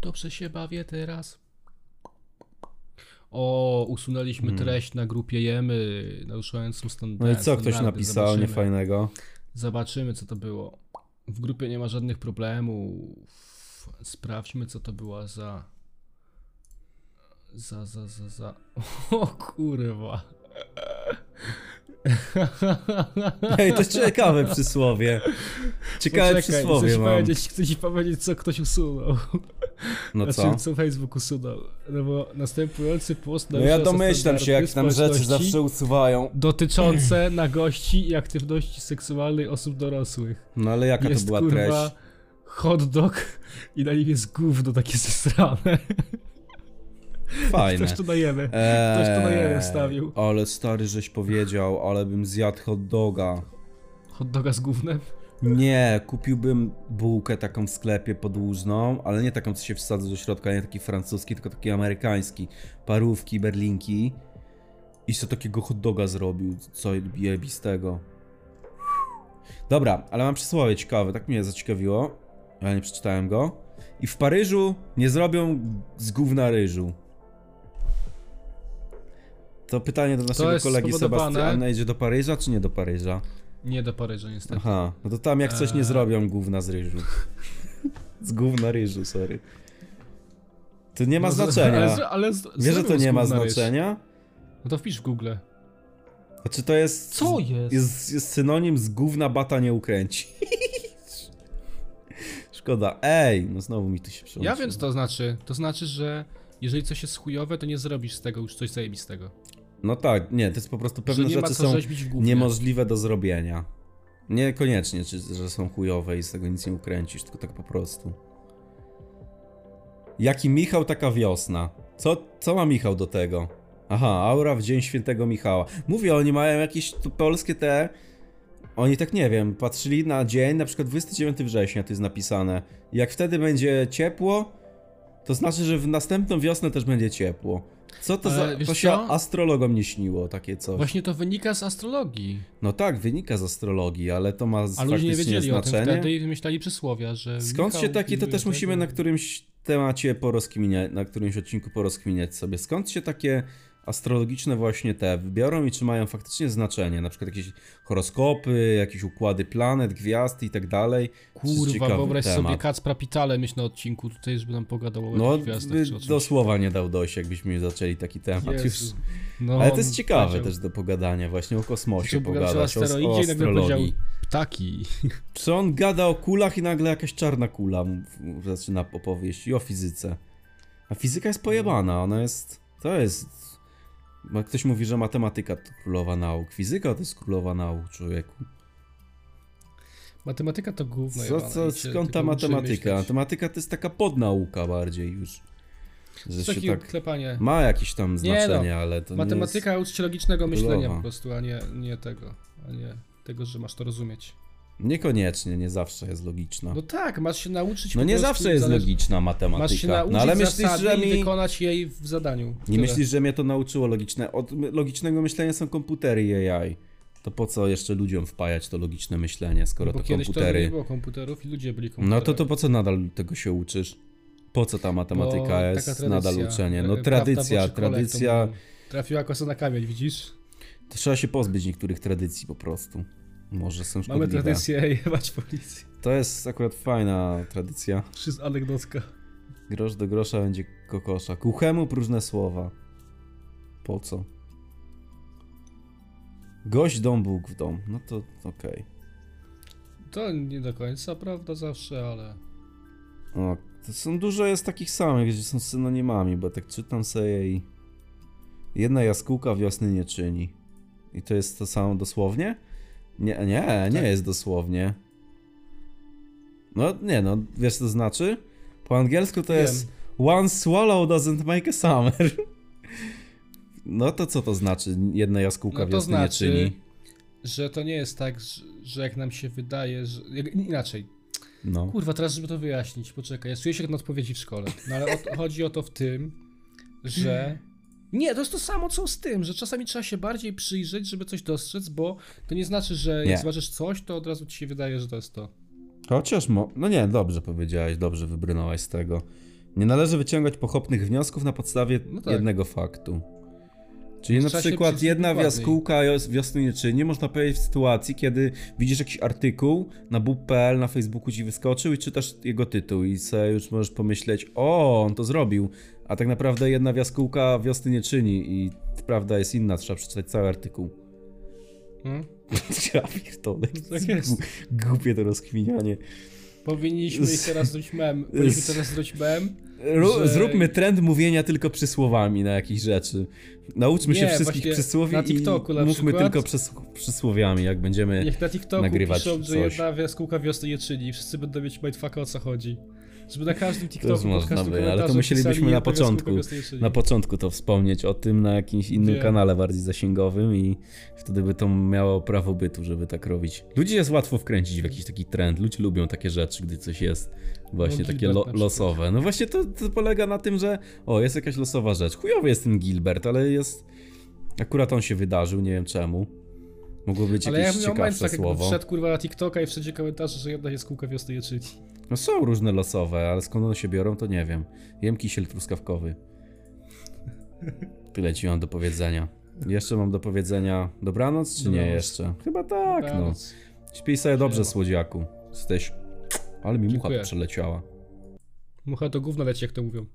Speaker 2: Dobrze się bawię teraz. O, usunęliśmy treść na grupie Jemy, naruszającą
Speaker 1: Hmm.
Speaker 2: stan-
Speaker 1: No i co
Speaker 2: standardy.
Speaker 1: ktoś napisał
Speaker 2: Tak, Zobaczymy.
Speaker 1: niefajnego? [laughs]
Speaker 2: Zobaczymy, co to było. W grupie nie ma żadnych problemów. Sprawdźmy, co to była za. Za, za, za, za. [laughs] O kurwa.
Speaker 1: Ej, to jest ciekawe
Speaker 2: [laughs]
Speaker 1: przysłowie. Ciekawe
Speaker 2: chcę
Speaker 1: przysłowie
Speaker 2: ci
Speaker 1: mam.
Speaker 2: powiedzieć, chcę ci powiedzieć, co ktoś usunął.
Speaker 1: No co?
Speaker 2: Znaczy, co Facebook usunął. No bo następujący post
Speaker 1: No ja
Speaker 2: narusza
Speaker 1: domyślam się, jak tam
Speaker 2: standardy
Speaker 1: rzeczy
Speaker 2: społeczności
Speaker 1: zawsze usuwają.
Speaker 2: Dotyczące [clears throat] nagości i aktywności seksualnej osób dorosłych.
Speaker 1: No ale jaka to
Speaker 2: jest
Speaker 1: była
Speaker 2: kurwa
Speaker 1: treść?
Speaker 2: hot dog i na nim jest gówno takie [laughs] zesrane.
Speaker 1: Fajne.
Speaker 2: [laughs] Ktoś to dajemy.
Speaker 1: Eee,
Speaker 2: Ktoś to dajemy wstawił.
Speaker 1: Ale stary, żeś powiedział, ale bym zjadł hot doga.
Speaker 2: Hot doga z gównem?
Speaker 1: Nie, kupiłbym bułkę taką w sklepie podłużną, ale nie taką, co się wsadza do środka, nie taki francuski, tylko taki amerykański. Parówki, berlinki. I co takiego hot doga zrobił, co jebistego. Dobra, ale mam przysłowie ciekawe, tak mnie zaciekawiło. Ja nie przeczytałem go. I w Paryżu nie zrobią z gówna ryżu. To pytanie do naszego
Speaker 2: jest
Speaker 1: kolegi
Speaker 2: spowodowane-
Speaker 1: Sebastiana. Idzie do Paryża czy nie do Paryża?
Speaker 2: Nie do Paryża niestety.
Speaker 1: Aha, no to tam jak coś nie
Speaker 2: Eee.
Speaker 1: zrobią gówna z
Speaker 2: [laughs]
Speaker 1: ryżu. z gówna ryżu, sorry. To nie ma
Speaker 2: No, z-
Speaker 1: znaczenia.
Speaker 2: Ale, z- ale z,
Speaker 1: Wiesz, że to
Speaker 2: zrobił
Speaker 1: nie
Speaker 2: z
Speaker 1: ma
Speaker 2: gówna ryż.
Speaker 1: znaczenia?
Speaker 2: No to wpisz w Google.
Speaker 1: A czy to jest...
Speaker 2: Co jest?
Speaker 1: Jest, jest synonim z gówna bata nie ukręci. [laughs] Szkoda. Ej, no znowu mi tu się przyłączyło.
Speaker 2: Ja wiem co to znaczy. To znaczy, że jeżeli coś jest chujowe, to nie zrobisz z tego już coś zajebistego.
Speaker 1: No tak, nie, to jest po prostu pewne
Speaker 2: że nie ma
Speaker 1: rzeczy
Speaker 2: co
Speaker 1: są
Speaker 2: rzeźbić w gównie.
Speaker 1: niemożliwe do zrobienia. Niekoniecznie, czy, że są chujowe i z tego nic nie ukręcisz, tylko tak po prostu. Jaki Michał, taka wiosna. Co, co ma Michał do tego? Aha, aura w dzień świętego Michała. Mówię, oni mają jakieś tu polskie te... Oni tak, nie wiem, patrzyli na dzień, na przykład 29 września, to jest napisane. Jak wtedy będzie ciepło, to znaczy, że w następną wiosnę też będzie ciepło. Co to
Speaker 2: Ale
Speaker 1: za...
Speaker 2: wiesz
Speaker 1: To się
Speaker 2: co?
Speaker 1: astrologom nie śniło takie coś.
Speaker 2: Właśnie to wynika z astrologii.
Speaker 1: No tak, wynika z astrologii, ale to ma z-
Speaker 2: A ludzie nie
Speaker 1: faktycznie
Speaker 2: wiedzieli o tym
Speaker 1: znaczenie.
Speaker 2: wtedy i wymyślali przysłowia, że.
Speaker 1: Skąd się
Speaker 2: Michał
Speaker 1: takie, to
Speaker 2: pilnuje
Speaker 1: też musimy
Speaker 2: tego.
Speaker 1: na którymś temacie porozkminiać, na którymś odcinku porozkminiać sobie. Skąd się takie astrologiczne właśnie te biorą i czy mają faktycznie znaczenie? Na przykład jakieś horoskopy, jakieś układy planet, gwiazd i tak dalej. To jest
Speaker 2: Kurwa,
Speaker 1: ciekawy
Speaker 2: wyobraź
Speaker 1: temat.
Speaker 2: sobie Kacpra Pitale, myśl na odcinku tutaj, żeby nam pogadał o
Speaker 1: No,
Speaker 2: jakichś gwiazdach
Speaker 1: by
Speaker 2: czy o czymś.
Speaker 1: do słowa nie dał dojść, jakbyśmy zaczęli taki temat już.
Speaker 2: Jezu. No,
Speaker 1: Ale to jest ciekawe
Speaker 2: powiedział-
Speaker 1: też do pogadania właśnie o kosmosie,
Speaker 2: chciał pogadać o
Speaker 1: pogadać o, o
Speaker 2: asteroidzie i nagle powiedział
Speaker 1: astrologii.
Speaker 2: ptaki.
Speaker 1: Co on gada o kulach i nagle jakaś czarna kula mu- mu zaczyna opowieść i o fizyce. A fizyka jest pojebana, ona jest... To jest... bo Jak ktoś mówi, że matematyka to królowa nauk, fizyka to jest królowa nauk, człowieku.
Speaker 2: Matematyka to gówno.
Speaker 1: Co,
Speaker 2: jebane,
Speaker 1: co,
Speaker 2: i się
Speaker 1: skąd ta
Speaker 2: tego uczy
Speaker 1: matematyka?
Speaker 2: myśleć.
Speaker 1: Matematyka to jest taka podnauka bardziej już. Że się
Speaker 2: Takie
Speaker 1: tak...
Speaker 2: klepanie.
Speaker 1: Ma jakieś tam
Speaker 2: Nie no,
Speaker 1: znaczenie, ale to nie
Speaker 2: Matematyka uczy się logicznego myślenia
Speaker 1: Królowa.
Speaker 2: po prostu, a nie, nie tego. A nie tego, że masz to rozumieć.
Speaker 1: jest... Niekoniecznie, nie zawsze jest logiczna.
Speaker 2: No tak, masz się nauczyć
Speaker 1: No
Speaker 2: po
Speaker 1: nie
Speaker 2: prostu
Speaker 1: zawsze jest
Speaker 2: zależ-
Speaker 1: logiczna
Speaker 2: Masz się
Speaker 1: matematyka.
Speaker 2: nauczyć
Speaker 1: No ale myślisz, że
Speaker 2: i
Speaker 1: mi...
Speaker 2: wykonać jej w zadaniu.
Speaker 1: Nie myślisz, że mnie to nauczyło logiczne? Od my- logicznego myślenia są komputery i AI. to po co jeszcze ludziom wpajać to logiczne myślenie, skoro
Speaker 2: Bo
Speaker 1: to
Speaker 2: kiedyś to nie
Speaker 1: komputery.
Speaker 2: było komputerów i ludzie byli komputerami.
Speaker 1: No to, to po co nadal tego się uczysz? Po co ta
Speaker 2: Bo
Speaker 1: matematyka
Speaker 2: taka
Speaker 1: jest,
Speaker 2: tradycja,
Speaker 1: nadal uczenie? No
Speaker 2: e, prawda w
Speaker 1: tradycja,
Speaker 2: oczy kolek, to
Speaker 1: tradycja.
Speaker 2: mówią. Trafiła kosa na kamień, widzisz?
Speaker 1: To trzeba się pozbyć niektórych tradycji po prostu. Może są
Speaker 2: Mamy
Speaker 1: szkodliwe.
Speaker 2: tradycję [laughs] jebać policji.
Speaker 1: To jest akurat fajna tradycja.
Speaker 2: Czy z anegdotka.
Speaker 1: Grosz do grosza będzie kokosza. Kuchemu próżne słowa. Po co? Gość dom, Bóg w dom. No to okej.
Speaker 2: To nie do końca prawda zawsze, ale...
Speaker 1: O, To są dużo jest takich samych, gdzie są synonimami, bo tak czytam sobie i... Jedna jaskółka wiosny nie czyni. I to jest to samo dosłownie? Nie, nie, nie
Speaker 2: Tak.
Speaker 1: jest dosłownie. No nie no, wiesz co to znaczy? Po angielsku to
Speaker 2: Wiem.
Speaker 1: jest One swallow doesn't make a summer. [laughs] No to co to znaczy jedna jaskółka
Speaker 2: No to
Speaker 1: wiosny
Speaker 2: znaczy,
Speaker 1: nie czyni?
Speaker 2: że to nie jest tak, że, że jak nam się wydaje, że... jak- Inaczej.
Speaker 1: No.
Speaker 2: Kurwa, teraz żeby to wyjaśnić, poczekaj. Ja czuję się jak na odpowiedzi w szkole. No ale o to, chodzi o to w tym, że... Nie, to jest to samo co z tym, że czasami trzeba się bardziej przyjrzeć, żeby coś dostrzec, bo to nie znaczy, że jak
Speaker 1: Nie.
Speaker 2: zobaczysz coś, to od razu ci się wydaje, że to jest to.
Speaker 1: Chociaż mo... No nie, dobrze powiedziałeś, dobrze wybrnąłeś z tego. Nie należy wyciągać pochopnych wniosków na podstawie
Speaker 2: No tak.
Speaker 1: jednego faktu. Czyli na
Speaker 2: Trzeba się
Speaker 1: przykład
Speaker 2: przyjrzeć
Speaker 1: jedna
Speaker 2: dokładniej.
Speaker 1: wiaskółka wios- wiosny nie czyni, można powiedzieć w sytuacji, kiedy widzisz jakiś artykuł na bub.pl, na Facebooku ci wyskoczył i czytasz jego tytuł i sobie już możesz pomyśleć, o, on to zrobił, a tak naprawdę jedna wiaskółka wiosny nie czyni i prawda jest inna, trzeba przeczytać cały artykuł. [laughs]
Speaker 2: Hmm?
Speaker 1: Ja pierdolę,
Speaker 2: Tak jest.
Speaker 1: głupie to rozkminianie.
Speaker 2: Powinniśmy ich teraz zrobić mem. Powinniśmy teraz zrobić mem.
Speaker 1: Ru-
Speaker 2: że-
Speaker 1: Zróbmy trend mówienia tylko przysłowami na jakieś rzeczy. Nauczmy się
Speaker 2: Nie,
Speaker 1: wszystkich
Speaker 2: właśnie
Speaker 1: przysłowi
Speaker 2: na TikToku
Speaker 1: i
Speaker 2: na
Speaker 1: mówmy
Speaker 2: przykład.
Speaker 1: tylko przys- przysłowiami, jak [laughs] będziemy...
Speaker 2: Niech na TikToku
Speaker 1: nagrywać
Speaker 2: piszą, że
Speaker 1: coś.
Speaker 2: jedna jaskółka wiosny nie czyni. Wszyscy będą mieć mindfucka o co chodzi. Żeby na każdym TikToku,
Speaker 1: można
Speaker 2: pod każdym
Speaker 1: by, ale to
Speaker 2: komentarzem
Speaker 1: musielibyśmy
Speaker 2: pisali,
Speaker 1: na
Speaker 2: jedna jaskółka
Speaker 1: początku.
Speaker 2: wiosny nie czyni.
Speaker 1: Na początku to wspomnieć o tym na jakimś innym
Speaker 2: Wiem.
Speaker 1: kanale bardziej zasięgowym i wtedy by to miało prawo bytu, żeby tak robić. Ludzi jest łatwo wkręcić w jakiś taki trend. Ludzie lubią takie rzeczy, gdy coś jest właśnie
Speaker 2: No,
Speaker 1: takie
Speaker 2: Gilbert
Speaker 1: lo-
Speaker 2: na przykład.
Speaker 1: losowe. No właśnie to, to polega na tym, że o, jest jakaś losowa rzecz. Chujowy jest ten Gilbert, ale jest... Akurat on się wydarzył, nie wiem czemu. Mogło być
Speaker 2: Ale ja
Speaker 1: jakieś
Speaker 2: bym miał
Speaker 1: ciekawsze
Speaker 2: mindfuck, jakbym
Speaker 1: słowo.
Speaker 2: wszedł kurwa na TikToka i wszędzie komentarze, że jedna jaskółka wiosny nie czyni.
Speaker 1: No są różne losowe, ale skąd one się biorą, to nie wiem. Jem kisiel truskawkowy. Tyle ci mam do powiedzenia. Jeszcze mam do powiedzenia dobranoc, czy nie
Speaker 2: Dobranoc.
Speaker 1: jeszcze? Chyba tak, no.
Speaker 2: Dobranoc.
Speaker 1: Śpij sobie dobrze,
Speaker 2: Siema.
Speaker 1: słodziaku. Jesteś... Ale mi mucha
Speaker 2: Dziękuję.
Speaker 1: przeleciała.
Speaker 2: Mucha to gówno leci, jak to mówią.